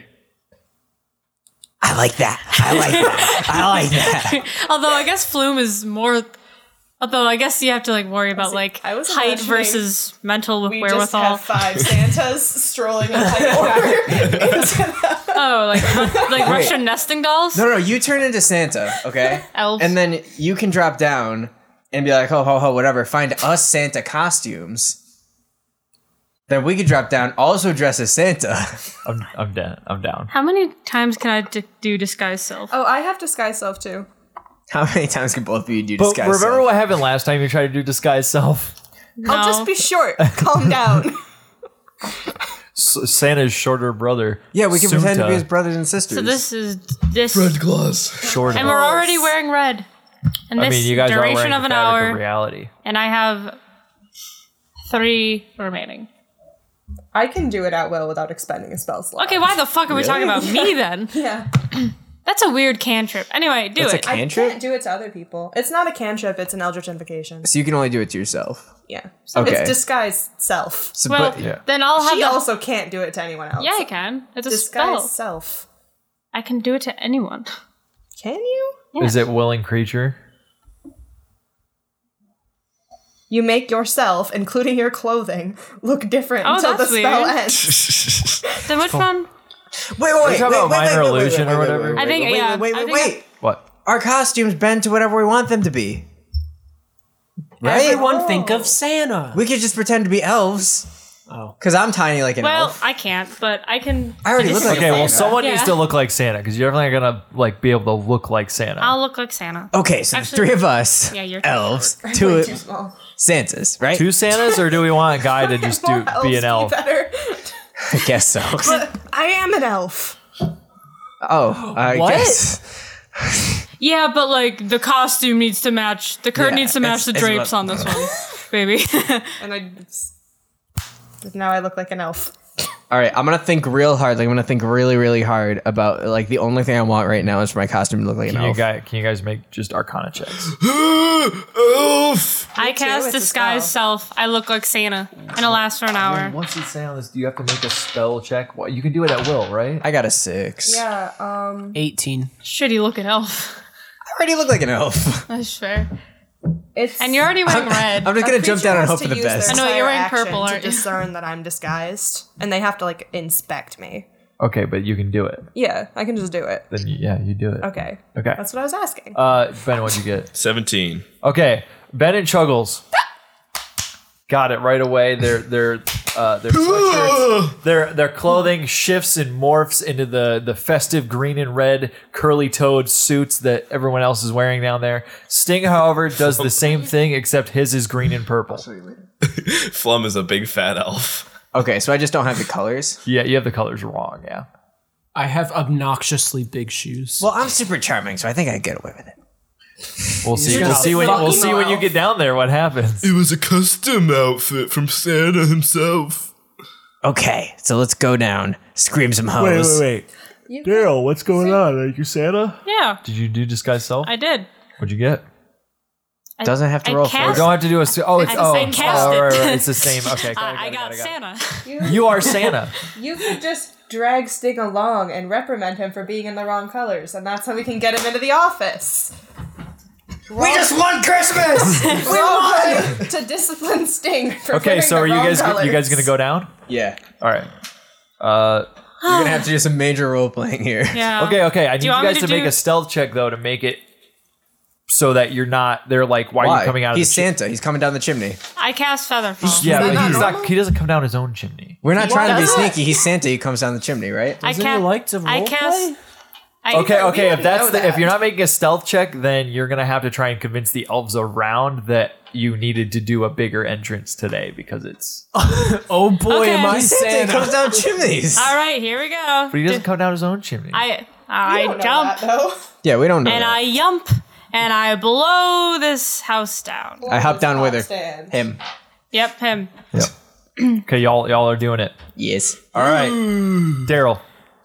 S10: I like that. I like that. I like that.
S4: Although I guess Flume is more. Although I guess you have to like worry about like
S11: I was
S4: height
S11: imagining
S4: versus mental
S11: We just
S4: wherewithal.
S11: have five Santas strolling in high order.
S4: Oh, like like Russian nesting dolls.
S2: no, no, you turn into Santa, okay?
S4: Elves.
S2: And then you can drop down and be like, "Oh, ho, ho, ho, whatever. Find us Santa costumes. Then we could drop down, also dress as Santa.
S3: I'm, I'm down. I'm down.
S4: How many times can I d- do disguise self?
S11: oh, I have disguise self too.
S2: How many times can both of you do
S3: But
S2: disguise?
S3: remember
S2: self?
S3: what happened last time you tried to do disguise self?
S4: no.
S11: I'll just be short. Calm down.
S3: Santa's shorter brother.
S2: Yeah, we can pretend to
S3: Sunta.
S2: be his brothers and sisters.
S4: so this is this,
S9: Claus.
S3: shorter.
S4: and we're already wearing red. And
S3: I
S4: this
S3: mean, you guys are
S4: duration
S3: wearing
S4: of
S3: the
S4: an
S3: fabric of
S4: hour,
S3: reality.
S4: and I have three remaining.
S11: I can do it out well without expending a spell slot.
S4: Okay, why the fuck are we talking about me then?
S11: Yeah.
S4: That's a weird cantrip. Anyway, do
S2: It's a
S4: it.
S11: I
S2: cantrip?
S11: can't do it to other people. It's not a cantrip, it's an eldritch invocation.
S2: So you can only do it to yourself.
S11: Yeah. So
S2: Okay.
S11: it's disguise self.
S2: So,
S4: well,
S2: but
S4: then I'll have
S11: She
S4: the-
S11: also can't do it to anyone else.
S4: Yeah, I can. It's a
S11: Disguise
S4: spell.
S11: self.
S4: I can do it to anyone.
S11: Can you?
S3: Is it willing creature?
S11: You make yourself, including your clothing, look different
S4: Oh,
S11: until the
S4: that's
S11: spell
S4: weird.
S11: ends.
S4: Then which one?
S2: wait, wait, wait,
S3: talking about
S2: wait, wait,
S3: minor
S2: wait, wait,
S3: illusion
S2: wait,
S3: or
S2: wait,
S3: whatever?
S2: wait,
S4: I think
S2: wait,
S4: yeah.
S2: Wait, wait,
S4: I think
S2: wait.
S3: What?
S2: Our costumes bend to whatever we want them to be. Right?
S7: Everyone think of Santa.
S2: We could just pretend to be elves. Oh. Because I'm tiny like an
S4: I- well,
S2: elf.
S4: I can't, but I can.
S2: I already look like
S3: Okay,
S2: a
S3: well, someone
S4: Yeah.
S3: needs to look like Santa because you're definitely gonna like be able to look like Santa.
S4: I'll look like Santa.
S2: Okay, so
S4: Actually-
S2: the three of us,
S4: Yeah, you're-
S2: elves, two
S11: Too small.
S2: Santas, right?
S3: Two Santas, or do we want a guy to just do
S11: Elves
S3: be an elf?
S11: better.
S2: I guess so.
S11: I am an elf.
S2: oh, I
S7: What?
S2: guess.
S4: Yeah, but like the costume needs to match. The curtain
S2: Yeah,
S4: needs to
S2: it's-
S4: match the
S2: it's
S4: drapes
S2: what-
S4: on this one, baby.
S11: And I. Now I look like an elf.
S2: All right, I'm gonna think real hard. Like I'm gonna think really, really hard about like the only thing I want right now is for my costume to look like an
S3: Can you
S2: elf.
S3: guys, can you guys make just Arcana checks?
S9: Oof.
S4: I cast
S11: it's a
S4: disguise self. I look like Santa, and it lasts for an hour.
S3: Once you say on this, do you have to make a spell check? What you can do it at will, right?
S2: I got a six.
S11: Yeah, um.
S6: 18.
S4: Shitty looking elf.
S2: I already look like an elf.
S4: That's fair.
S11: It's.
S4: And you're already wearing red.
S2: I'm just gonna jump down and hope for the
S4: I
S2: best.
S4: know, you're wearing purple,
S11: to
S4: aren't you?
S11: discern that I'm disguised. And they have to, like, inspect me.
S3: Okay, but you can do it.
S11: Yeah, I can just do it.
S3: Then you, yeah, you do it.
S11: Okay.
S3: Okay.
S11: That's what I was asking.
S3: Uh, Ben, what'd you get?
S5: 17.
S3: Okay, Ben and Chuggles got it right away. They're they're Uh, their sweatshirts, their their clothing shifts and morphs into the the festive green and red curly toed suits that everyone else is wearing down there. Sting, however, does the same thing except his is green and purple.
S5: Flum is a big fat elf.
S2: Okay, so I just don't have the colors.
S3: Yeah, you have the colors wrong. Yeah.
S6: I have obnoxiously big shoes.
S10: Well, I'm super charming, so I think I get away with it.
S3: We'll see. We'll see when we'll see when you get down there what happens.
S5: It was a custom outfit from Santa himself.
S10: Okay, so let's go down, scream some hoes.
S3: wait.
S14: Daryl, what's going on? Are you Santa?
S4: Yeah,
S3: Did you do disguise self?
S4: I did.
S3: What'd you get?
S4: I-
S10: Doesn't have to
S4: I
S10: roll for it.
S3: We
S4: cast-
S3: don't have to do a. s- Oh, it's
S4: I-
S3: oh,
S4: I cast
S3: oh,
S4: it.
S3: right, right, right, it's the same. Okay, got it,
S4: I, I got,
S3: it, got it,
S4: Santa.
S3: got it. You are Santa.
S15: You could just drag Stig along and reprimand him for being in the wrong colors, and that's how we can get him into the office.
S9: We just won Christmas!
S15: we want to discipline Sting for
S3: Okay, so are you guys you guys gonna go down?
S2: Yeah.
S3: All right. Uh,
S2: You're gonna have to do some major role playing here.
S4: Yeah.
S3: Okay, uh, okay. I need
S4: Um, Do you
S3: you,
S4: want me
S3: guys
S4: to
S3: to, make
S4: do-
S3: a stealth check though to make it so that you're not. They're like, why, are
S2: Why?
S3: you coming out?
S2: He's
S3: of the
S2: Santa. He's coming down the chimney.
S4: I cast feather. Fall.
S3: chi- Yeah, but he's not. He doesn't come down his own chimney.
S2: We're not
S4: He
S2: trying to be
S4: does it.
S2: sneaky. He's Santa. He comes down the chimney, right?
S4: I
S6: Doesn't he
S4: cast.
S6: like to
S4: I
S6: roleplay?
S4: cast. I,
S3: Okay, okay. If that's the, if
S4: you
S3: you're not making a stealth check, then you're gonna have to try and convince the elves around that you needed to do a bigger entrance today because it's.
S6: Oh boy,
S4: Okay.
S6: am I
S4: He's
S2: Santa. He
S6: Santa?
S2: comes down chimneys.
S4: All right, here we go.
S3: But he doesn't come down his own chimney.
S4: I I jump
S2: Yeah, we don't know.
S4: and
S2: that.
S4: I yump and I blow this house down.
S2: I hop down with her.
S15: Stand.
S2: Him.
S4: Yep, him.
S3: Okay, y'all y'all are doing it.
S2: Yes.
S3: All right, Daryl,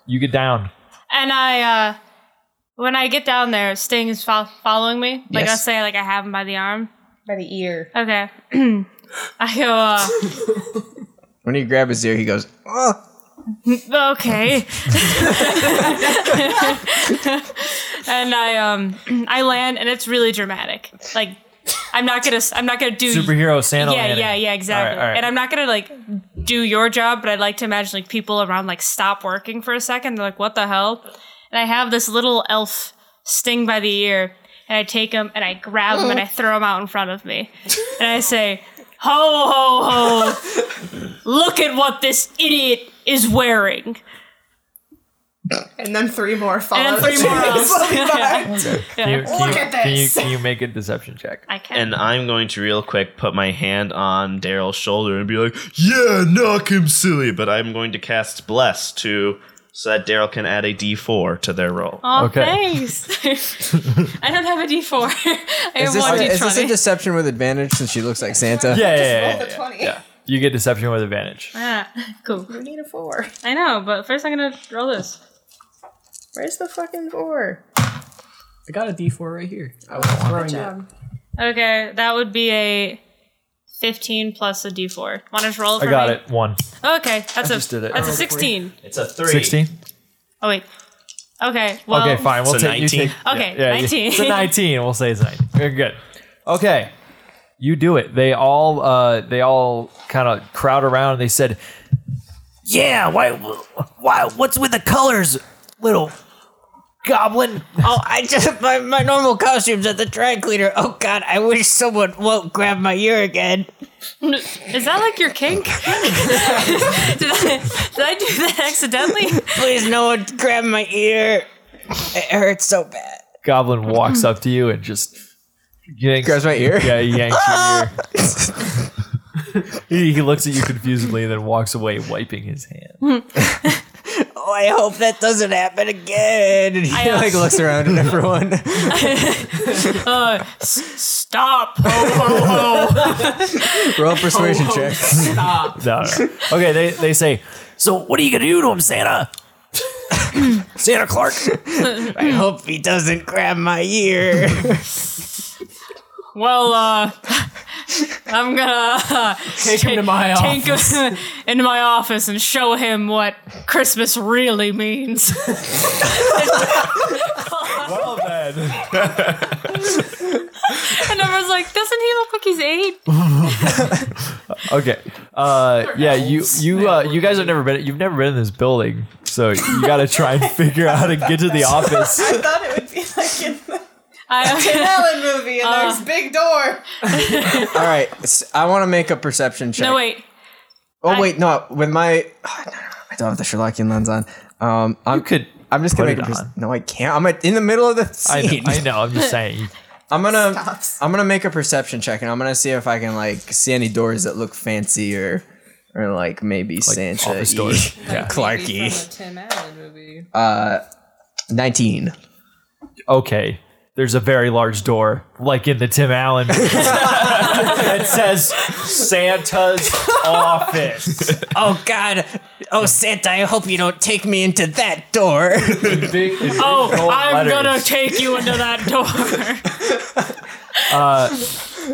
S3: you get down.
S4: And I, uh, when I get down there, Sting is fol- following me. Like
S2: Yes.
S4: I say, like I have him by the arm.
S15: by the ear.
S4: Okay. I go. Uh,
S2: When you grab his ear, he goes, oh.
S4: okay. and I um I land and it's really dramatic. Like I'm not gonna I'm not gonna do
S3: Superhero Santa.
S4: yeah,
S3: landing.
S4: yeah, yeah, exactly.
S3: All right, all right.
S4: And I'm not gonna like do your job, but I'd like to imagine like people around like stop working for a second. They're like, "What the hell?" And I have this little elf sting by the ear, and I take him and I grab him and I throw him out in front of me, and I say, "Ho ho ho! Look at what this idiot is wearing!"
S15: And then three more follow.
S4: And then three more elves.
S3: Can you, can
S15: Look
S3: you-
S15: at
S3: Can you,
S15: this.
S3: can you make a deception check?
S4: I can.
S5: And I'm going to real quick put my hand on Daryl's shoulder and be like, "Yeah, knock him silly." But I'm going to cast bless to so that Daryl can add a D4 to their roll.
S4: Oh,
S3: Okay.
S4: thanks. I don't have a D4. I have
S2: Is this,
S4: one
S2: is this a
S4: D20.
S2: deception with advantage since she looks like Santa?
S3: Yeah, yeah, yeah,
S15: Roll the
S3: yeah, yeah.
S15: 20.
S3: You get deception with advantage.
S4: Ah, cool.
S15: You need a four.
S4: I know, but first I'm gonna roll this.
S15: Where's the fucking four?
S6: I got a D4 right here. I was throwing it.
S15: Um,
S4: Okay, that would be a 15 plus a d4. Want to roll it
S3: I
S4: for
S3: got
S4: me?
S3: it. One.
S4: Okay, that's a
S3: just did it.
S4: that's a 16.
S5: It's a three.
S3: 16?
S4: Oh wait. Okay. Well.
S3: okay, fine. We'll
S5: It's a
S3: take, you
S5: 19.
S3: take
S4: Okay,
S3: yeah, yeah,
S4: 19.
S3: It's a 19. We'll say it's 19. Very good. Okay. You do it. They all uh, they all kind of crowd around and they said, "Yeah, why why what's with the colors, little goblin?"
S10: Oh, I just my, my normal costume's at the drag cleaner. Oh God, I wish someone won't grab my ear again.
S4: Is that like your kink? did, I, did I do that accidentally?
S10: Please, no one grab my ear. It hurts so bad.
S3: Goblin walks up to you and just yanks,
S2: Grabs my ear?
S3: Yeah, he yanks your ear. he, he looks at you confusedly and then walks away, wiping his hand.
S10: Oh, I hope that doesn't happen again. And he
S4: I, uh,
S10: like looks around at everyone.
S4: Uh, s- stop.
S2: Roll persuasion check.
S3: No, no. Okay, they, they say, So what are you gonna do to him, Santa? Santa Clark.
S10: I hope he doesn't grab my ear.
S4: Well, uh, I'm gonna uh,
S6: Take him to my
S4: take
S6: office.
S4: him into my office and show him what Christmas really means.
S3: Well then.
S4: and I was like, doesn't he look like he's
S3: Okay.
S4: eight?
S3: Uh, yeah, you you uh, you guys have never been you've never been in this building, so you gotta try and figure out how to get to the office.
S15: I thought it would be like in the
S4: I,
S15: Ellen movie, and
S11: Uh.
S15: there's big door.
S2: All right, s- I want to make a perception check.
S4: no wait.
S2: Oh wait, no. With my, I don't have the Sherlockian lens on. Um, I'm, you could. I'm just gonna
S3: put
S2: make a.
S3: it
S2: perce- no, I can't. I'm at, in the middle of the
S3: I know-
S2: scene.
S3: I know, I'm just saying.
S2: I'm gonna. I'm gonna make a perception check, and I'm gonna see if I can like see any doors that look fancy or, or like maybe Santa
S3: office
S2: E.
S3: doors.
S2: yeah.
S15: Maybe
S2: Clarky.
S15: from a Tim Allen movie.
S2: Uh, nineteen.
S3: Okay. There's a very large door, like in the Tim Allen, movie, that says Santa's office.
S10: Oh God! Oh Santa, I hope you don't take me into that door.
S4: Oh, I'm gonna take you into that door.
S3: uh,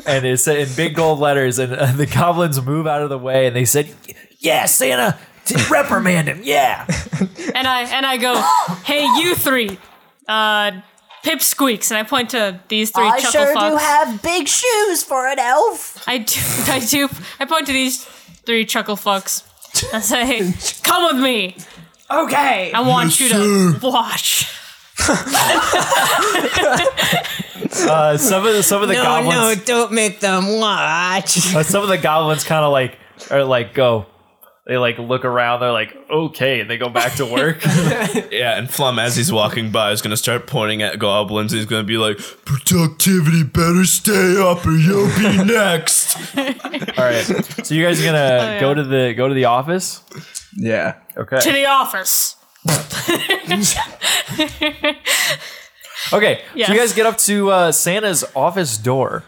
S3: and it's in big gold letters. And uh, the goblins move out of the way, and they said, "Yeah, Santa, t- reprimand him." Yeah.
S4: and I and I go, "Hey, you three, uh, pipsqueaks," and I point to these three.
S7: I
S4: chuckle
S7: sure
S4: fucks.
S7: do have big shoes for an elf.
S4: I do. I do. I point to these three chuckle fucks. I say, "Come with me."
S11: Okay.
S4: I want
S3: Yes,
S4: you to watch.
S3: Uh, some of the, some of the
S10: no,
S3: goblins.
S10: Oh, no, don't make them watch.
S3: Uh, some of the goblins kind of like are like go. They like look around. They're like, okay, and they go back to work.
S15: Oh,
S5: Yeah, and Flum, as he's walking by, is gonna start pointing at goblins. He's gonna be like, "Productivity, better stay up, or you'll be next."
S3: All right, so you guys are gonna
S4: Oh, yeah.
S3: go to the go to the office.
S2: Yeah.
S3: Okay.
S4: To the office.
S3: Okay,
S4: Yes.
S3: so you guys get up to uh, Santa's office door,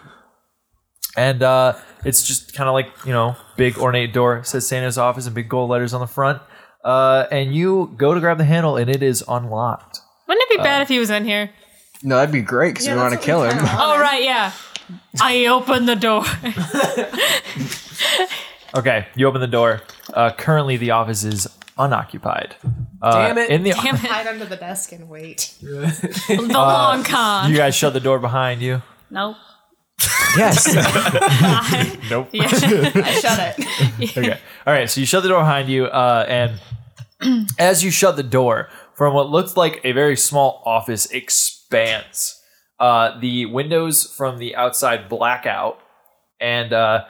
S3: and uh, it's just kind of like you know, big ornate door It says Santa's office in big gold letters on the front. Uh, and you go to grab the handle, and it is unlocked.
S4: Wouldn't it be bad if he was in here?
S2: No, that'd be great because we want to kill him.
S4: Oh right, yeah. I open the door.
S3: Okay, you open the door. Uh, currently, the office is unoccupied. Uh, In the
S15: Damn it. Hide under the desk and wait.
S4: the long con.
S3: Uh, you guys shut the door behind you.
S4: nope.
S2: Yes.
S3: nope.
S4: Yeah. I
S15: shut
S4: it.
S3: okay. All right. So you shut the door behind you, uh, and as you shut the door, from what looked like a very small office expands. Uh, the windows from the outside black out, and uh,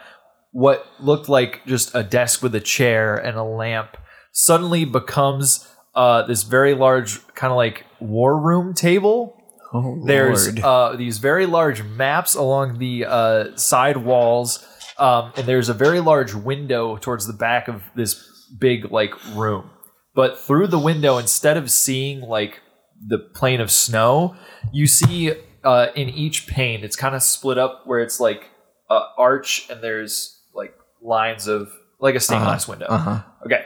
S3: what looked like just a desk with a chair and a lamp suddenly becomes uh, this very large, kind of like war room table.
S2: Oh,
S3: There's
S2: Lord.
S3: uh, these very large maps along the uh, side walls, um, and there's a very large window towards the back of this big like room. But through the window, instead of seeing like the plane of snow, you see uh, in each pane it's kind of split up where it's like a arch and there's like lines of like a stained
S2: Uh-huh,
S3: glass window.
S2: uh-huh.
S3: Okay,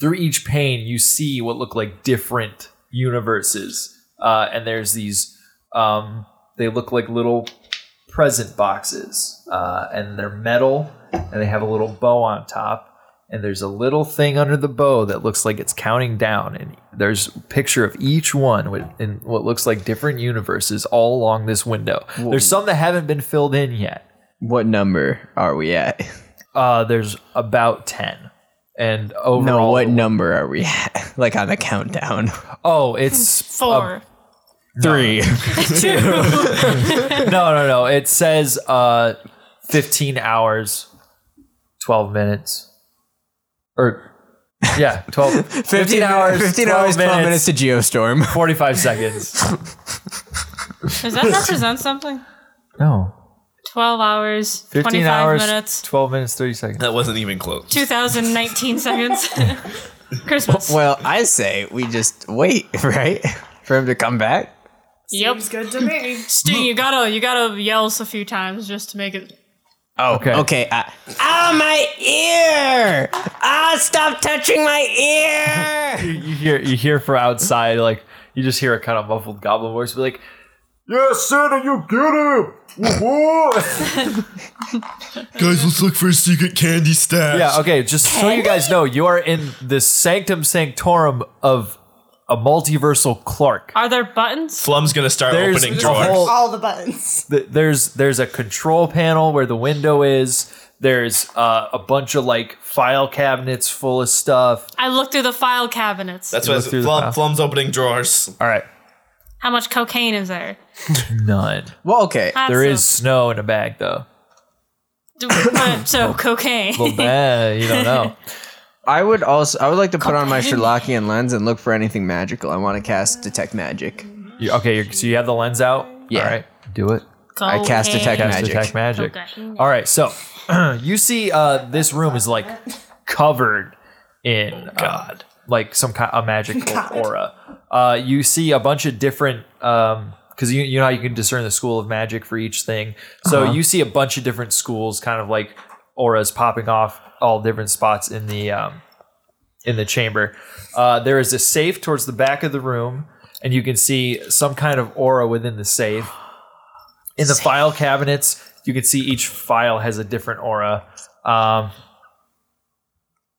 S3: through each pane you see what look like different universes uh, and there's these um, they look like little present boxes uh, and they're metal and they have a little bow on top and there's a little thing under the bow that looks like it's counting down and there's a picture of each one with, in what looks like different universes all along this window there's some that haven't been filled in yet
S2: What number are we at?
S3: uh, there's about 10 and overall
S2: no, what number are we at? Like on the countdown.
S3: oh it's
S4: Four.
S3: Uh,
S2: Three.
S4: Two.
S3: no, no, no. It says uh, 15 hours, 12 minutes. Or, yeah, 12. 15,
S2: 15
S3: hours,
S2: 15 hours, 12 minutes to Geostorm.
S3: 45 seconds.
S4: Does that represent something?
S3: No.
S4: Twelve hours,
S3: 15
S4: twenty-five
S3: hours,
S4: minutes,
S3: 12 minutes, 30 seconds.
S5: That wasn't even close.
S4: 2019 seconds. Christmas.
S2: Well, I say we just wait, right? For him to come back?
S4: yep.
S11: good to me.
S4: Sting, you gotta you gotta yell a few times just to make it.
S2: Oh, okay. Okay. I,
S10: Ah, my ear! Ah, stop touching my ear!
S3: You, you hear, you hear from outside, like, you just hear a kind of muffled goblin voice be like, Yes, Santa, you get him! Woohoo!
S5: Guys, let's look for a secret candy stash.
S3: Yeah, okay, just so you guys know, you are in the sanctum sanctorum of a multiversal Clark.
S4: Are there buttons?
S5: Flum's gonna start
S3: There's
S5: opening
S3: a
S5: drawers.
S3: whole-
S15: All the buttons.
S3: Th- there's there's a control panel where the window is. There's uh, a bunch of like file cabinets full of stuff.
S4: I look through the file cabinets.
S5: That's
S3: You
S5: why
S3: look through the
S5: Flum,
S3: file.
S5: Flum's opening drawers.
S3: All right,
S4: How much cocaine is there?
S3: none.
S2: Well, okay.
S4: That's
S3: There is
S4: a-
S3: snow in a bag though.
S4: so cocaine.
S3: Well, bad. You don't know.
S2: I would also. I would like to put on my Sherlockian lens and look for anything magical. I want to cast detect magic.
S3: You, okay, you're, so you have the lens out.
S2: Yeah.
S3: All right, do it.
S2: I cast detect
S3: Cast
S2: magic.
S3: detect magic. All right, so you see, uh, this room is like covered in God, like some kind of magical aura. Uh, you see a bunch of different, um, because you you know how you can discern the school of magic for each thing. So
S5: Uh-huh.
S3: you see a bunch of different schools, kind of like auras popping off all different spots in the um, in the chamber. Uh, there is a safe towards the back of the room, and you can see some kind of aura within the safe. In the file cabinets, you can see each file has a different aura. Um,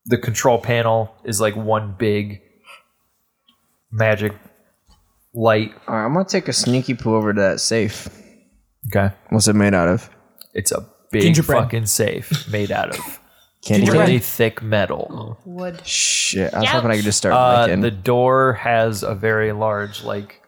S3: the control panel is like one big magic light.
S2: All right, I'm gonna take a sneaky poo over to that safe.
S3: Okay.
S2: What's it made out of?
S3: It's a big
S2: Gingerbread.
S3: fucking safe made out of
S2: Candy cane?
S3: really thick metal.
S15: Wood.
S2: Shit, I was hoping I could just start
S3: Uh,
S2: licking.
S3: the door has a very large, like,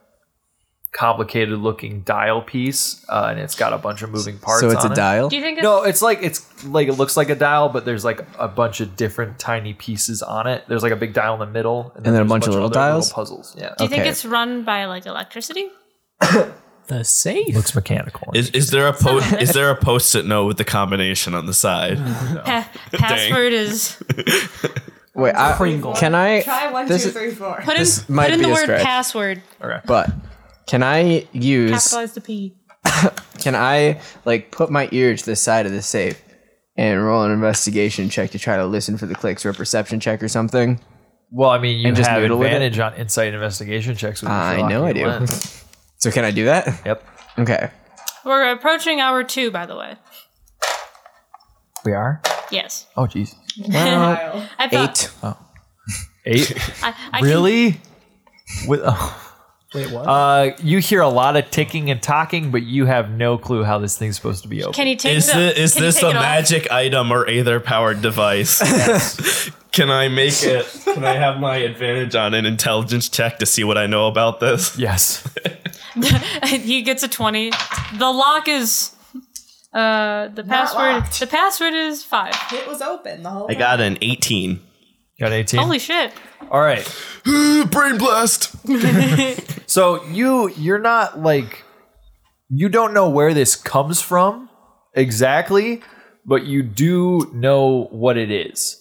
S3: complicated looking dial piece, uh, and it's got a bunch of moving parts.
S2: So it's
S3: on
S2: a
S3: it.
S2: dial? Do
S4: you think
S3: no, it's like it's like it looks like a dial, but there's like a bunch of different tiny pieces on it. There's like a big dial in the middle,
S2: And then a
S3: there's
S2: bunch of little
S3: other
S2: dials?
S3: puzzles. Yeah.
S4: Do you think it's run by like electricity?
S6: The safe
S3: looks mechanical.
S5: Is, is there a po- is there a post-it note with the combination on the side?
S4: Pa- password is
S2: Wait, I, can I?
S15: Try one, two,
S2: this
S15: three,
S2: is-
S15: four.
S4: put in,
S2: This
S4: put
S2: might
S4: in
S2: be
S4: the
S2: a
S4: word
S2: stretch.
S4: password.
S2: But can I use?
S4: Capitalize the P.
S2: Can I like put my ear to the side of the safe and roll an investigation check to try to listen for the clicks or a perception check or something?
S3: Well, I mean, you
S2: And just
S3: have
S2: noodle with it?
S3: advantage on insight investigation checks. With your
S2: I know I
S3: Sherlockian
S2: do.
S3: lens.
S2: so can I do that?
S3: Yep.
S2: Okay.
S4: We're approaching hour two, by the way.
S3: We are.
S4: Yes.
S3: Oh, jeez.
S4: Well, I thought-
S2: Eight.
S3: Oh. Eight.
S4: I, I can-
S3: really? With oh.
S6: Wait, what?
S3: Uh, you hear a lot of ticking and talking, but you have no clue how this thing's supposed to be open.
S4: Can he take
S5: is
S4: the-
S5: thi- is
S4: can he
S5: this
S4: take
S5: a
S4: it off?
S5: magic item or aether powered device? can I make it? Can I have my advantage on an intelligence check to see what I know about this?
S3: Yes.
S4: he gets a 20. The lock is uh the password the password is 5.
S15: It was open the whole
S5: I got an 18.
S3: Got 18.
S4: Holy shit.
S3: All right.
S5: Brain blast.
S3: so you you're not like you don't know where this comes from exactly, but you do know what it is.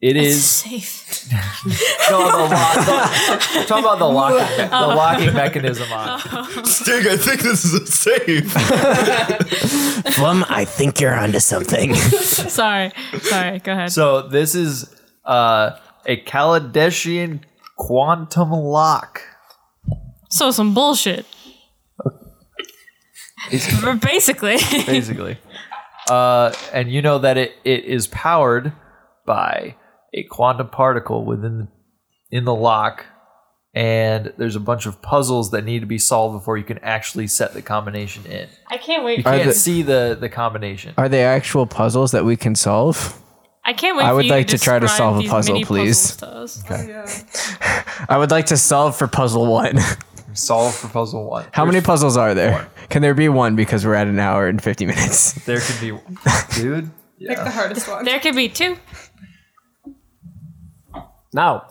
S3: It is
S4: safe.
S3: no, the lock, the, talking about the locking, me- the
S5: Oh.
S3: locking mechanism on.
S5: Stig, I think this is a safe.
S10: Flum, I think you're onto something.
S4: Sorry. Sorry. Go ahead.
S3: So this is uh, a Caledesian quantum lock.
S4: So some bullshit. Basically.
S3: basically. Uh, and you know that it, it is powered by a quantum particle within the, in the lock, and there's a bunch of puzzles that need to be solved before you can actually set the combination in.
S4: I can't wait.
S3: You
S4: for
S3: can't
S4: you-
S3: see the, the combination.
S2: Are they actual puzzles that we can solve?
S4: I can't wait.
S2: I
S4: for
S2: would
S4: you
S2: like to try to
S4: describe
S2: solve a
S4: these
S2: puzzle,
S4: mini
S2: please.
S4: puzzles to us.
S3: Okay.
S2: I would like to solve for puzzle one.
S3: Solve for puzzle one.
S2: How many puzzles are there? Can there be one because we're at an hour and 50 minutes?
S3: There could be, dude.
S15: Pick the hardest one.
S4: There could be two.
S6: Now.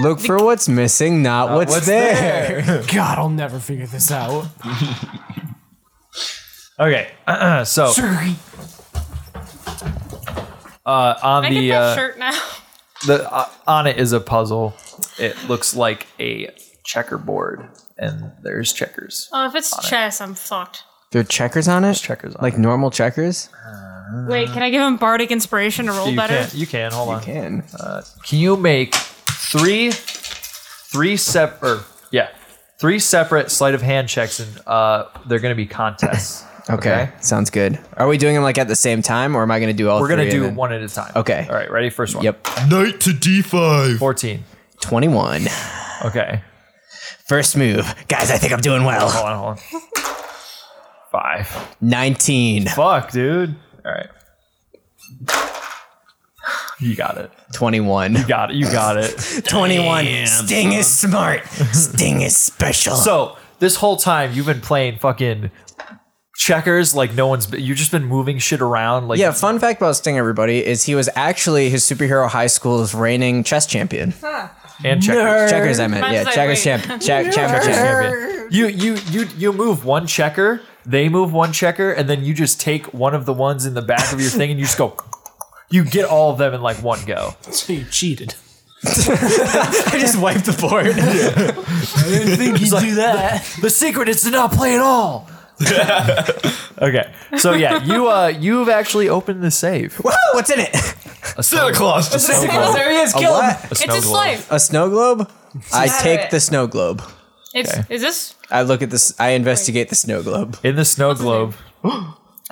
S2: Look for what's missing, not what's, there.
S6: God, I'll never figure this out.
S3: Okay, so
S6: Sorry.
S3: uh, on
S4: Can I
S3: the
S4: get that
S3: uh,
S4: shirt now?
S3: the uh, on it is a puzzle. It looks like a checkerboard, and there's checkers.
S4: Oh, if it's chess, I'm fucked.
S2: There are checkers on it?
S3: checkers on
S2: like normal checkers?
S4: Wait, can I give him bardic inspiration to roll
S3: you
S4: Oh, better?
S3: Can, you can hold on.
S2: Can.
S3: Uh, can you make three, three sep or yeah, three separate sleight of hand checks, and uh, they're going to be contests.
S2: Okay. Sounds good. Are we doing them like at the same time or am I going to do all
S3: We're
S2: going
S3: going
S2: to
S3: to do one at a time.
S2: Okay.
S3: All right. Ready? First one.
S2: Yep.
S1: Knight to d5.
S3: 14.
S2: 21.
S3: Okay.
S10: First move. Guys, I think I'm doing well.
S3: Hold on. Hold on. Five.
S10: 19.
S3: Fuck, dude. All right. You got it.
S10: 21.
S3: You got it. You got it.
S10: 21. Sting is smart. Sting is special.
S3: So this whole time you've been playing fucking checkers like no one's been, you've just been moving shit around like
S2: yeah, fun fact about Sting, everybody, is he was actually his superhero high school's reigning chess champion.
S3: and checkers.
S2: Checkers, I meant. Yeah, checkers champ, check, champion, champion.
S3: You you you you move one checker, they move one checker, and then you just take one of the ones in the back of your thing and you just go. You get all of them in like one go. So you cheated. I just wiped the board. I didn't think you'd do that. The, the secret is to not play at all. okay, so yeah, you uh, you've actually opened the save.
S2: Whoa, what's in it?
S3: A Santa Claus.
S2: A snow globe. There he is,
S3: A
S2: kill
S3: what?
S2: him. It's his life. A snow globe? I
S4: Smatter
S2: take
S4: it.
S2: the snow globe.
S4: It's, Is this?
S2: I look at this. I investigate the snow globe.
S3: In the snow globe,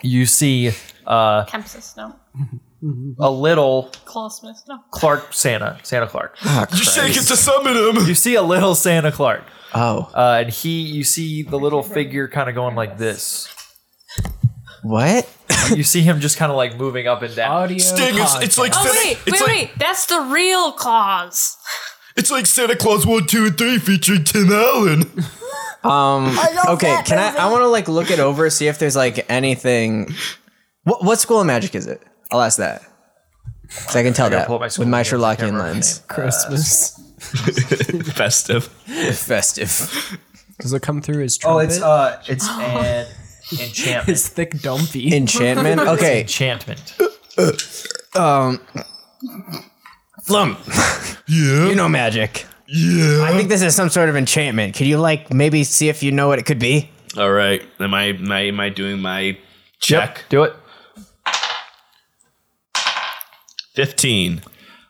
S3: you see uh,
S4: Kempsis, no.
S3: a little
S4: Clausmas, no.
S3: Clark Santa, Santa Clark.
S2: you
S1: shake it
S3: to summon him. You see a little Santa Clark.
S2: Oh,
S3: uh, and he, you see the little figure kind of going like this.
S2: What?
S3: you see him just kind of like moving up and down.
S1: Sting, it's- it's like
S4: Oh,
S1: Santa-
S4: wait,
S1: it's
S4: wait,
S1: like-
S4: wait. That's the real Claus.
S1: It's like Santa Claus 1, 2, and 3 featuring Tim Allen.
S2: Um.
S1: I love
S2: Okay.
S1: that
S2: Can I? I want to like look it over, see if there's like anything. What What school of magic is it? I'll ask that. So I can tell that with my Sherlockian lens.
S6: Christmas.
S5: Festive.
S2: Festive.
S6: Does it come through his trumpet?
S2: Oh, it's, uh, it's an
S3: enchantment.
S6: His thick dumpy.
S2: Enchantment? Okay.
S3: enchantment.
S2: Um. Flum.
S1: Yeah.
S2: You know magic.
S1: Yeah.
S2: I think this is some sort of enchantment. Could you like maybe see if you know what it could be?
S5: All right. Am I, am I, am I doing my check?
S3: do it.
S5: 15.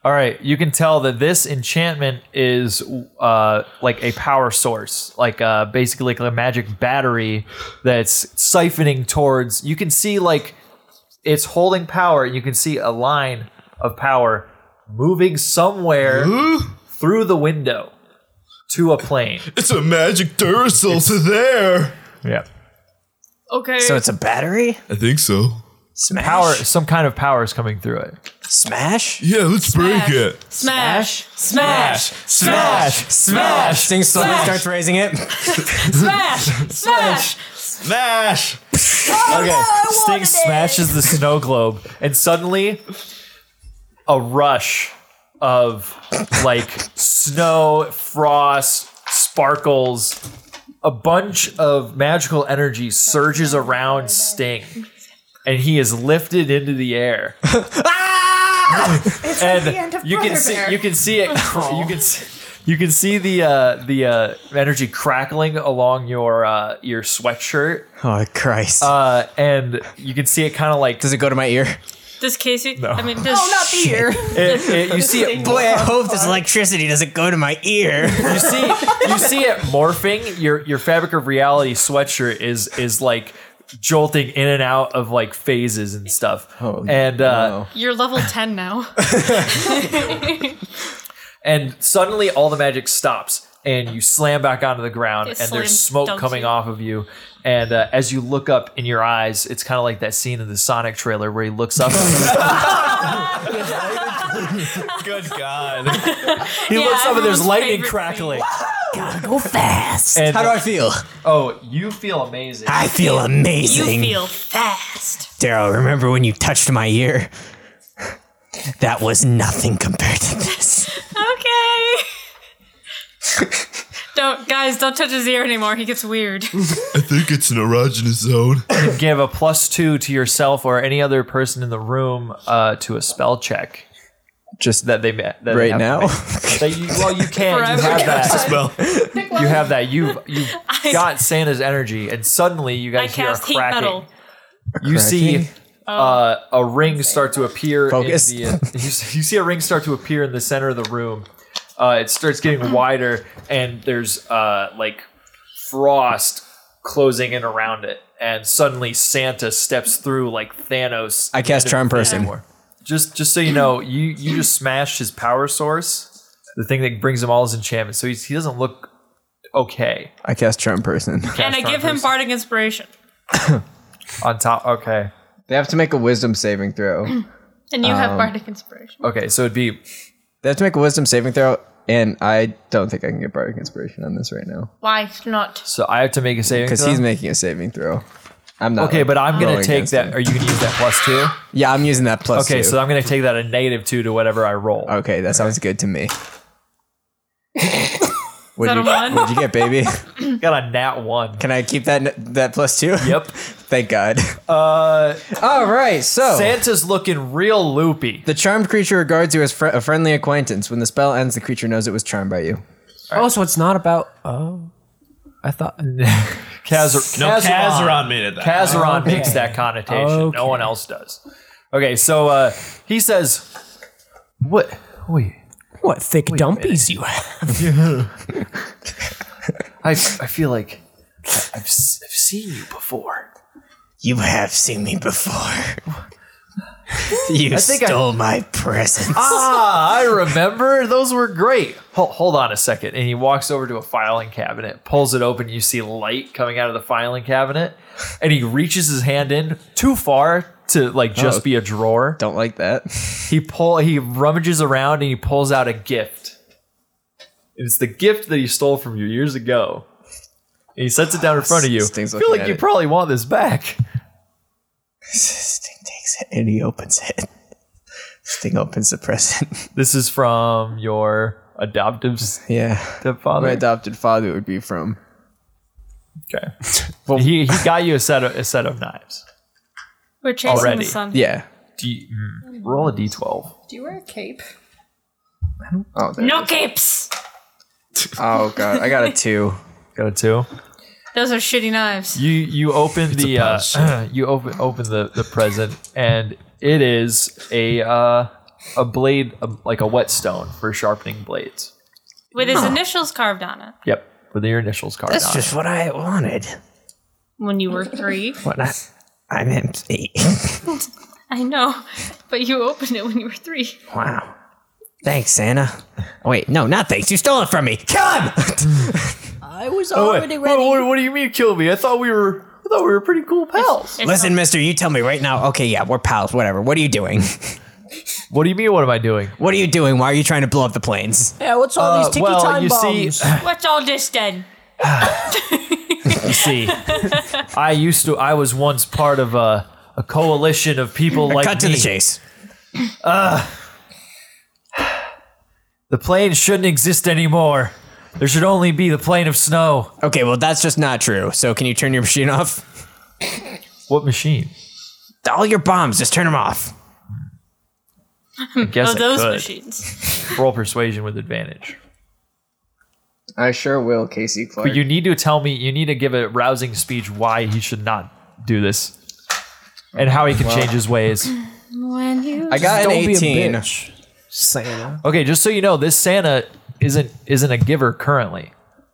S3: All right, you can tell that this enchantment is uh, like a power source, like uh, basically like a magic battery that's siphoning towards. You can see like it's holding power. You can see a line of power moving somewhere through the window to a plane.
S1: It's a magic Duracell to there.
S3: Yeah.
S4: Okay.
S2: battery?
S1: I think so.
S2: Smash.
S3: Power, some kind of power is coming through it.
S2: Smash?
S1: Yeah, let's break it.
S4: Smash! Smash!
S3: Smash! Smash!
S2: Sting slowly
S1: Smash!
S2: starts raising it.
S4: Smash! Smash!
S5: Smash!
S3: okay, Sting smashes the snow globe, and suddenly a rush of like snow, frost, sparkles, a bunch of magical energy surges around Sting, and he is lifted into the air.
S15: Ah! It's like the end
S3: and
S15: of
S3: you can
S15: Brother
S3: see
S15: Bear.
S3: you can see it cr- you can see, you can see the uh, the uh, energy crackling along your uh, your sweatshirt
S2: Oh Christ!
S3: uh, and you can see it kind of like.
S2: Does it go to my ear?
S4: Does Casey?
S3: No.
S4: I mean, does
S15: Oh, not the
S4: Shit.
S15: ear.
S3: It- it- you see it.
S2: Boy, I hope this electricity doesn't go to my ear.
S3: You see, you see it morphing. Your your fabric of reality sweatshirt is is like jolting in and out of like phases and stuff. Oh, and uh,
S4: You're level ten now.
S3: and suddenly all the magic stops, and you slam back onto the ground,
S4: It
S3: and there's
S4: slams,
S3: smoke
S4: dunks
S3: coming
S4: you.
S3: off of you. And uh, as you look up in your eyes, it's kind of like that scene in the Sonic trailer where he looks up. Good God. he
S1: Yeah,
S3: looks up and
S1: everyone's
S3: there's lightning
S1: favorite
S3: crackling.
S1: Gotta
S2: go fast.
S3: And-
S2: How do I feel?
S3: Oh, you feel amazing.
S2: I feel amazing.
S4: You feel fast.
S2: Daryl, remember when you touched my ear? That was nothing compared to this.
S4: Okay. don't guys, don't touch his ear anymore. He gets weird.
S1: I think it's an erogenous zone.
S3: can give a plus two to yourself or any other person in the room uh, to a spell check. Just that they met that they
S2: right
S3: have to
S2: now?
S3: make. That you, well, you can. You
S4: Forever.
S3: have that
S4: Spell.
S3: You have that. You've you've got Santa's energy, and suddenly you
S4: I
S3: guys hear a
S4: cast heat
S3: cracking.
S4: metal.
S3: You see
S4: cracking?
S3: uh, a ring start to appear.
S2: Focus.
S3: In the, uh, you, see, you see a ring start to appear in the center of the room. Uh, it starts getting wider, and there's uh, like frost closing in around it. And suddenly Santa steps through like Thanos.
S2: I cast charm person.
S3: Just just so you know, you you just smashed his power source, the thing that brings him all his enchantments. So he's, he doesn't look okay.
S2: I cast charm person.
S4: and I give him bardic inspiration.
S3: on top. Okay.
S2: They have to make a wisdom saving throw.
S4: And you have
S2: Um,
S4: bardic inspiration.
S3: Okay, so it'd be.
S2: They have to make a wisdom saving throw, and I don't think I can get bardic inspiration on this right now
S4: Why not?
S3: So I have to make a saving
S2: because he's making a saving throw. I'm not.
S3: okay,
S2: like,
S3: but I'm
S2: going
S3: gonna
S2: to
S3: take that. Are you gonna use that plus two?
S2: Yeah, I'm using that plus
S3: okay,
S2: two.
S3: so I'm gonna take that a negative two to whatever I roll.
S2: Okay, that sounds good to me. What'd
S3: that
S2: you,
S3: a one?
S2: what'd you get, baby?
S3: Got a nat one.
S2: Can I keep that that plus two?
S3: Yep.
S2: Thank God.
S3: Uh,
S2: All right, so
S3: Santa's looking real loopy.
S2: Oh. The charmed creature regards you as fr- a friendly acquaintance. When the spell ends, the creature knows it was charmed by you.
S6: Oh, so it's not about. Oh, I thought.
S3: Kaz-
S5: No, Kazaron made it that.
S3: Kazaron
S5: Okay.
S3: makes that connotation. No one else does. Okay, so uh, he says, "What? Wait,
S6: what thick dumpies you have?
S3: I I feel like I- I've, s- I've seen you before.
S10: You have seen me before. You
S3: I think I-
S10: stole my presents.
S3: ah, I remember. Those were great. Hold, hold on a second. And he walks over to a filing cabinet, pulls it open. You see light coming out of the filing cabinet, and he reaches his hand in too far to like just
S2: Oh.
S3: be a drawer.
S2: Don't like that.
S3: He pull. He rummages around and he pulls out a gift. And It's the gift that he stole from you years ago. And he sets it down in front of you. I feel
S2: looking
S3: like
S2: at
S3: you
S2: it.
S3: probably want this back.
S2: Sting takes it and he opens it. Sting opens the present.
S3: This is from your adoptive
S2: yeah
S3: stepfather.
S2: My adopted father would be from.
S3: Okay. Well, he, he got you a set of a set of knives
S4: We're chasing
S3: already.
S4: the sun.
S3: Do you, mm, roll a d12.
S15: Do you wear a cape?
S2: Oh, there.
S4: No capes.
S2: Oh god, I got a two.
S3: Got a two.
S4: Those are shitty knives.
S3: You you open the uh, you open open the the present and it is a uh, a blade um, like a whetstone for sharpening blades.
S4: With his initials carved on it.
S3: Yep, with your initials carved
S10: That's
S3: on.
S10: just
S3: it.
S10: what I wanted.
S4: When you were three.
S10: What I, I meant eight.
S4: I know. But you opened it when you were three.
S10: wow. Thanks, Santa. Wait, no, not thanks. You stole it from me. Kill him!
S7: I was
S3: Oh, wait.
S7: already
S3: What,
S7: ready.
S3: what, what do you mean kill me? I thought we were I thought we were pretty cool pals.
S10: Listen, mister, you tell me right now. Okay, yeah, we're pals, whatever. What are you doing?
S3: What do you mean? What am I doing?
S10: What are you doing? Why are you trying to blow up the planes?
S7: Yeah, what's all
S3: Uh,
S7: these tiki
S3: well,
S7: time
S3: you see-
S7: bombs?
S4: What's all this then?
S3: You see, I used to. I was once part of a, a coalition of people like
S10: Cut to the
S3: me.
S10: chase.
S3: Uh, the plane shouldn't exist anymore. There should only be the plane of snow.
S10: Okay, well, that's just not true. So, can you turn your machine off?
S3: What machine?
S10: All your bombs, just turn them off.
S3: I guess
S4: oh,
S3: I
S4: those
S3: could.
S4: machines.
S3: Roll persuasion with advantage.
S2: I sure will, Casey Clark.
S3: But you need to tell me. You need to give a rousing speech why he should not do this, and how he can
S2: Well-
S3: change his ways.
S4: When you
S2: I got an
S6: Don't be a
S2: 18.
S6: bitch, Santa.
S3: Okay, just so you know, this Santa isn't isn't a giver currently.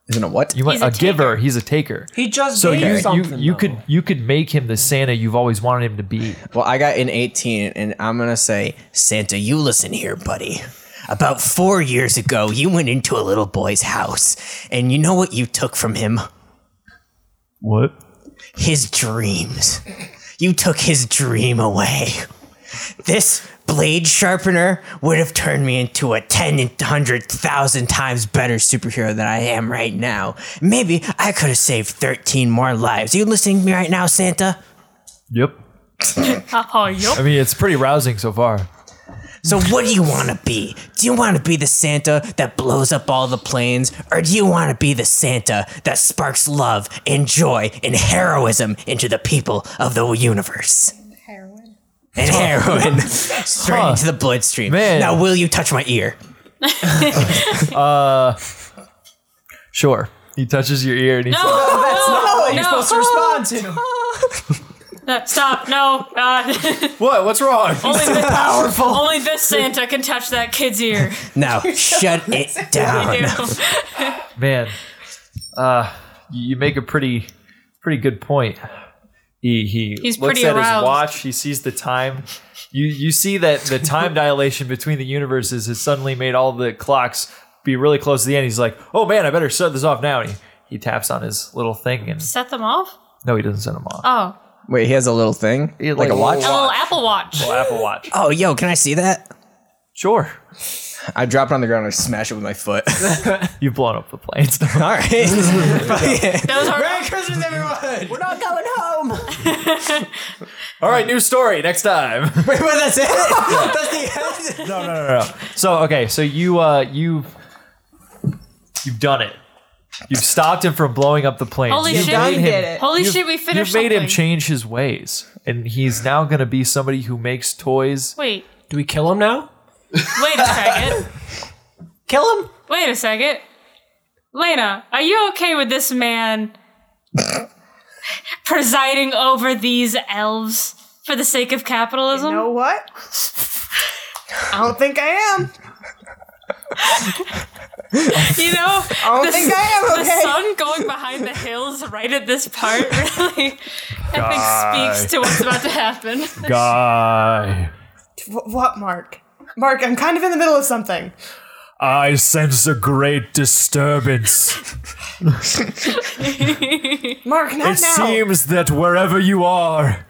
S2: Isn't a what?
S3: You
S4: He's
S3: want
S4: a
S3: a, giver? He's a taker.
S6: He just
S3: So
S6: gave
S3: you, you
S6: something.
S3: you
S6: though.
S3: could you could make him the Santa you've always wanted him to be.
S10: Well, I got an 18, and I'm going to say, Santa, you listen here, buddy. About four years ago, you went into a little boy's house, and you know what you took from him?
S3: What?
S10: His dreams. You took his dream away. This blade sharpener would have turned me into a 10 and 100,000 times better superhero than I am right now. Maybe I could have saved 13 more lives. Are you listening to me right now, Santa?
S3: Yep.
S4: oh, yup.
S3: I mean, it's pretty rousing so far.
S10: So what do you want to be? Do you want to be the Santa that blows up all the planes or do you want to be the Santa that sparks love and joy and heroism into the people of the universe? And heroin straight
S3: Huh.
S10: into the bloodstream.
S3: Man.
S10: Now, will you touch my ear?
S3: Uh, sure. He touches your ear and he says,
S4: No,
S6: That's
S4: no,
S6: not what
S4: no.
S6: you're supposed to respond to.
S4: No, stop! No, uh,
S3: "What? What's wrong?"
S4: only this
S3: Powerful.
S4: Only this Santa can touch that kid's ear.
S10: Now, shut it
S4: You
S10: down.
S4: do.
S3: Man, uh, you make a pretty pretty good point. He he
S4: He's
S3: looks
S4: pretty
S3: at his
S4: aroused.
S3: watch. He sees the time. You you see that the time dilation between the universes has suddenly made all the clocks be really close to the end. He's like, "Oh man, I better shut this off now." And he, he taps on his little thing and
S4: Set them off.
S3: no, he doesn't send them off.
S4: Oh,
S2: Wait, he has a little thing?
S3: He had,
S2: like,
S3: like,
S2: a
S3: a
S2: watch?
S4: a little Apple Watch.
S3: Little Apple Watch.
S10: Oh, yo, can I see that?
S3: Sure,
S2: I drop it on the ground and I smash it with my foot.
S3: you've blown up the planes.
S10: All right. Fuck it.
S4: Those are
S10: Merry Christmas, everyone.
S7: We're not going home.
S3: All right, new story next time.
S2: Wait, what? That's it? That's the end?
S3: No, no, no, no. So okay, so you uh you you've done it. You've stopped him from blowing up the plane.
S4: Holy
S3: You've
S4: shit,
S3: made
S4: we did it. Holy
S3: you've-
S4: shit, we finished
S3: You've made him
S4: something.
S3: change his ways, and he's now going to be somebody who makes toys.
S4: Wait,
S3: Do we kill him now?
S4: wait a second.
S16: Kill him?
S4: Wait a second. Lena, are you okay with this man presiding over these elves for the sake of capitalism? You know
S11: what?
S4: I don't think I am. you know,
S11: I don't
S4: the,
S11: think I am,
S4: the
S11: okay?
S4: sun going behind the hills right at this part really, I
S5: Guy.
S4: think, speaks to what's about to happen.
S5: Guy,
S11: Wh- what, Mark? Mark, I'm kind of in the middle of something.
S5: I sense a great disturbance.
S11: Mark, not
S5: it
S11: now.
S5: seems that wherever you are,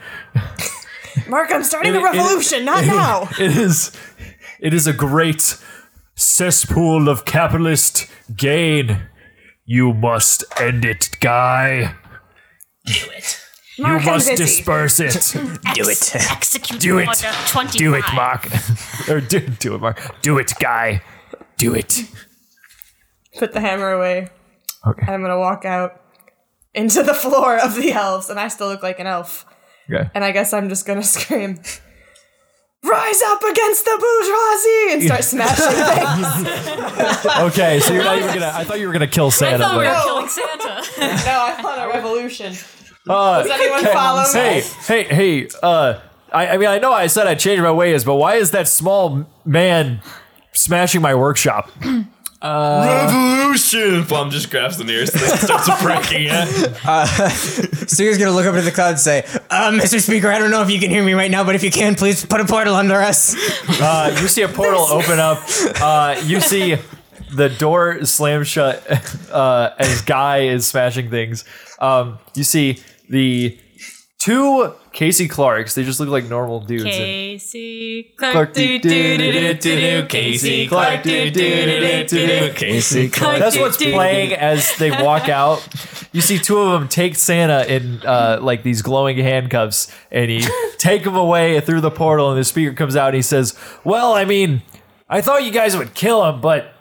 S11: Mark, I'm starting
S5: it-
S11: a
S5: it-
S11: revolution, not
S5: it-
S11: now.
S5: It is, it is a great cesspool of capitalist gain. You must end it, guy. Do it.
S4: Mark, I'm
S5: you must
S4: busy.
S5: disperse it.
S4: Do it. Execute
S5: Do it.
S4: Order 25.
S5: Do it, Mark. or do, do it, Mark. Do it, guy. Do it.
S11: Put the hammer away. Okay. And I'm gonna walk out into the floor of the elves, and I still look like an elf.
S5: Okay.
S11: And I guess I'm just gonna scream, "Rise up against the bourgeoisie!" and start smashing things.
S3: okay, so you're not even gonna. I thought you were gonna kill Santa.
S4: thought we were
S3: but-
S4: killing Santa.
S11: no, I want a revolution.
S3: Uh,
S11: Does anyone
S3: okay.
S11: follow me?
S3: Hey, hey, hey. Uh, I, I mean, I know I said I changed my ways, but why is that small man smashing my workshop?
S17: Revolution! Plum just grabs the nearest thing and starts breaking it.
S2: Uh, Seer's gonna look up into the cloud and say, uh, Mr. Speaker, I don't know if you can hear me right now, but if you can, please put a portal under us.
S3: Uh, you see a portal open up. Uh, you see the door slam shut uh, as Guy is smashing things. Um, you see the two Casey Clarks. They just look like normal dudes. and-
S4: Casey
S3: Clark
S4: Clark,
S3: do do do do do do Casey Clark do do do do do Casey Clark. That's what's playing as they walk out. You see two of them take Santa in uh, like these glowing handcuffs, and he take him away through the portal. And the speaker comes out and he says, "Well, I mean, I thought you guys would kill him, but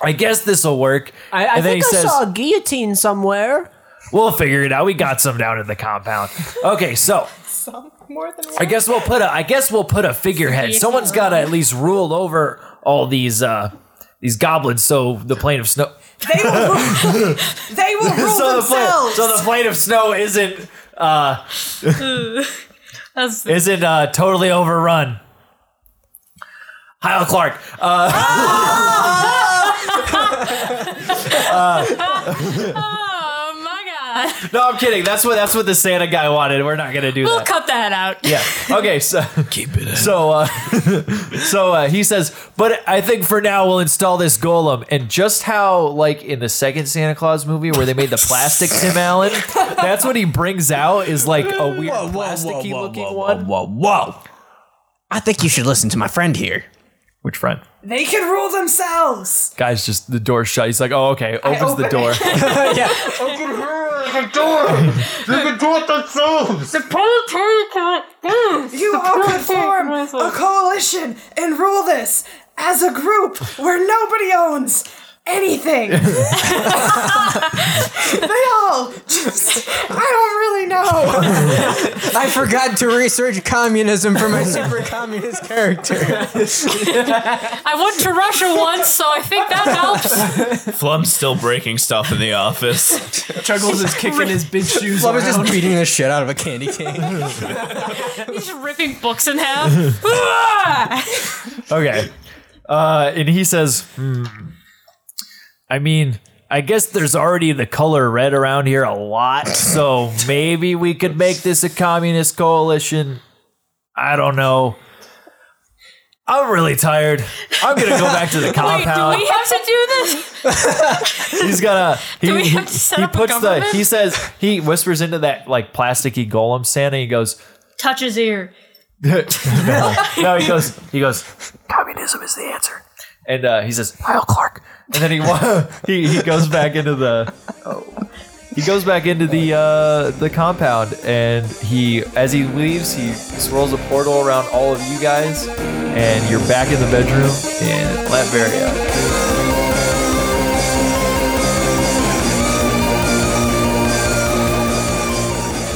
S3: I guess this will work."
S6: I, I
S3: and
S6: think I saw a guillotine somewhere.
S3: "We'll figure it out. We got some down in the compound." Okay, so
S11: Some more than one.
S3: I guess we'll put a I guess we'll put a figurehead. Someone's got to at least rule over all these uh these goblins so the plane of snow
S11: They will rule, they will rule
S3: so, the plane,
S11: themselves.
S3: so the plane of snow isn't uh
S4: That's
S3: isn't uh totally overrun. Heil Clark. Uh,
S4: Oh my god.
S3: no, I'm kidding. That's what that's what the Santa guy wanted. We're not going to do
S4: We'll
S3: that.
S4: cut that out.
S3: Yeah. Okay. So keep it. So uh, so uh, he says, but I think for now we'll install this golem, and just how like in the second Santa Claus movie where they made the plastic Tim Allen, that's what he brings out is like a weird plasticky looking one.
S18: Whoa, whoa. I think you should listen to my friend here.
S3: Which friend?
S11: they can rule themselves.
S3: Guy's just the door shut. He's like, oh okay, opens the
S11: open-
S3: door.
S11: yeah.
S19: The door! They can do it themselves! The
S11: You all could form a coalition and rule this as a group where nobody owns anything. they all just, I don't really know.
S2: I forgot to research communism for my super communist character.
S4: I went to Russia once, so I think that helps.
S17: Plum's still breaking stuff in the office.
S16: Chuggles is kicking his big shoes.
S2: Flub is
S16: around.
S2: just beating the shit out of a candy cane.
S4: He's ripping books in half. Hooah!
S3: okay. Uh, and he says, hmm, I mean, I guess there's already the color red around here a lot, so maybe we could make this a communist coalition. I don't know. I'm really tired. I'm gonna go back to the compound.
S4: Wait, do we have to do this?
S3: He's gonna. He,
S4: Do we have to set
S3: he
S4: up a
S3: puts the.
S4: government?
S3: He says. He whispers into that like plasticky golem Santa. He goes.
S4: Touch his ear.
S3: no, no, he goes. He goes. Communism is the answer. And uh, he says, Kyle Clark. And then he wa- he he goes back into the He goes back into the uh, the compound, and he, as he leaves, he swirls a portal around all of you guys, and you're back in the bedroom in Latveria.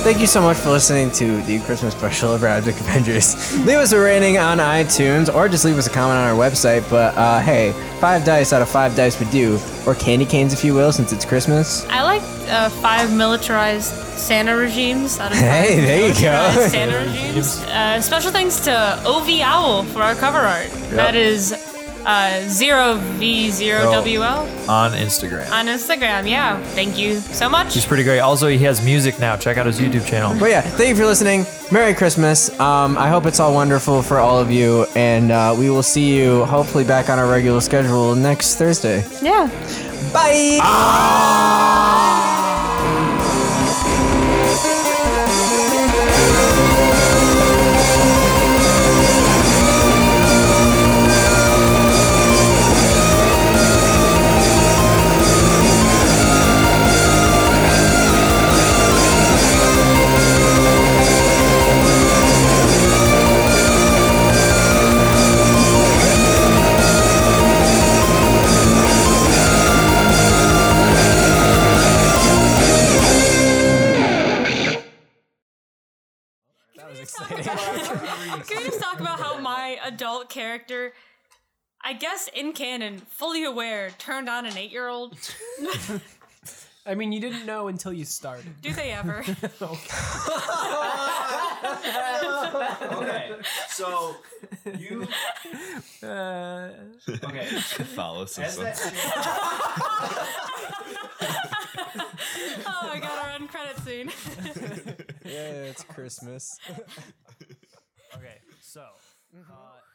S2: Thank you so much for listening to the Christmas special of Radicate Avengers. leave us a rating on iTunes or just leave us a comment on our website. But uh, hey, five dice out of five dice would do, or candy canes if you will, since it's Christmas.
S4: I like uh, five militarized Santa regimes. Out of five
S2: Hey, there you
S4: militarized
S2: go.
S4: Santa regimes. Uh, special thanks to OV Owl for our cover art. That is uh,
S2: Oh.
S4: 0V0WL
S3: on Instagram.
S4: on Instagram. Yeah, thank you so much.
S3: He's pretty great. Also, he has music now. Check out his YouTube channel.
S2: But yeah, thank you for listening. Merry Christmas. Um, I hope it's all wonderful for all of you, and uh, we will see you hopefully back on our regular schedule next Thursday.
S4: Yeah.
S2: Bye.
S4: Can we just talk about how my adult character, I guess in canon, fully aware, turned on an eight year old?
S6: I mean, you didn't know until you started.
S4: Do they ever?
S5: okay, so you. okay. Catholicism.
S4: oh my god, our end credit scene.
S2: yeah, it's Christmas.
S6: Okay, so. uh,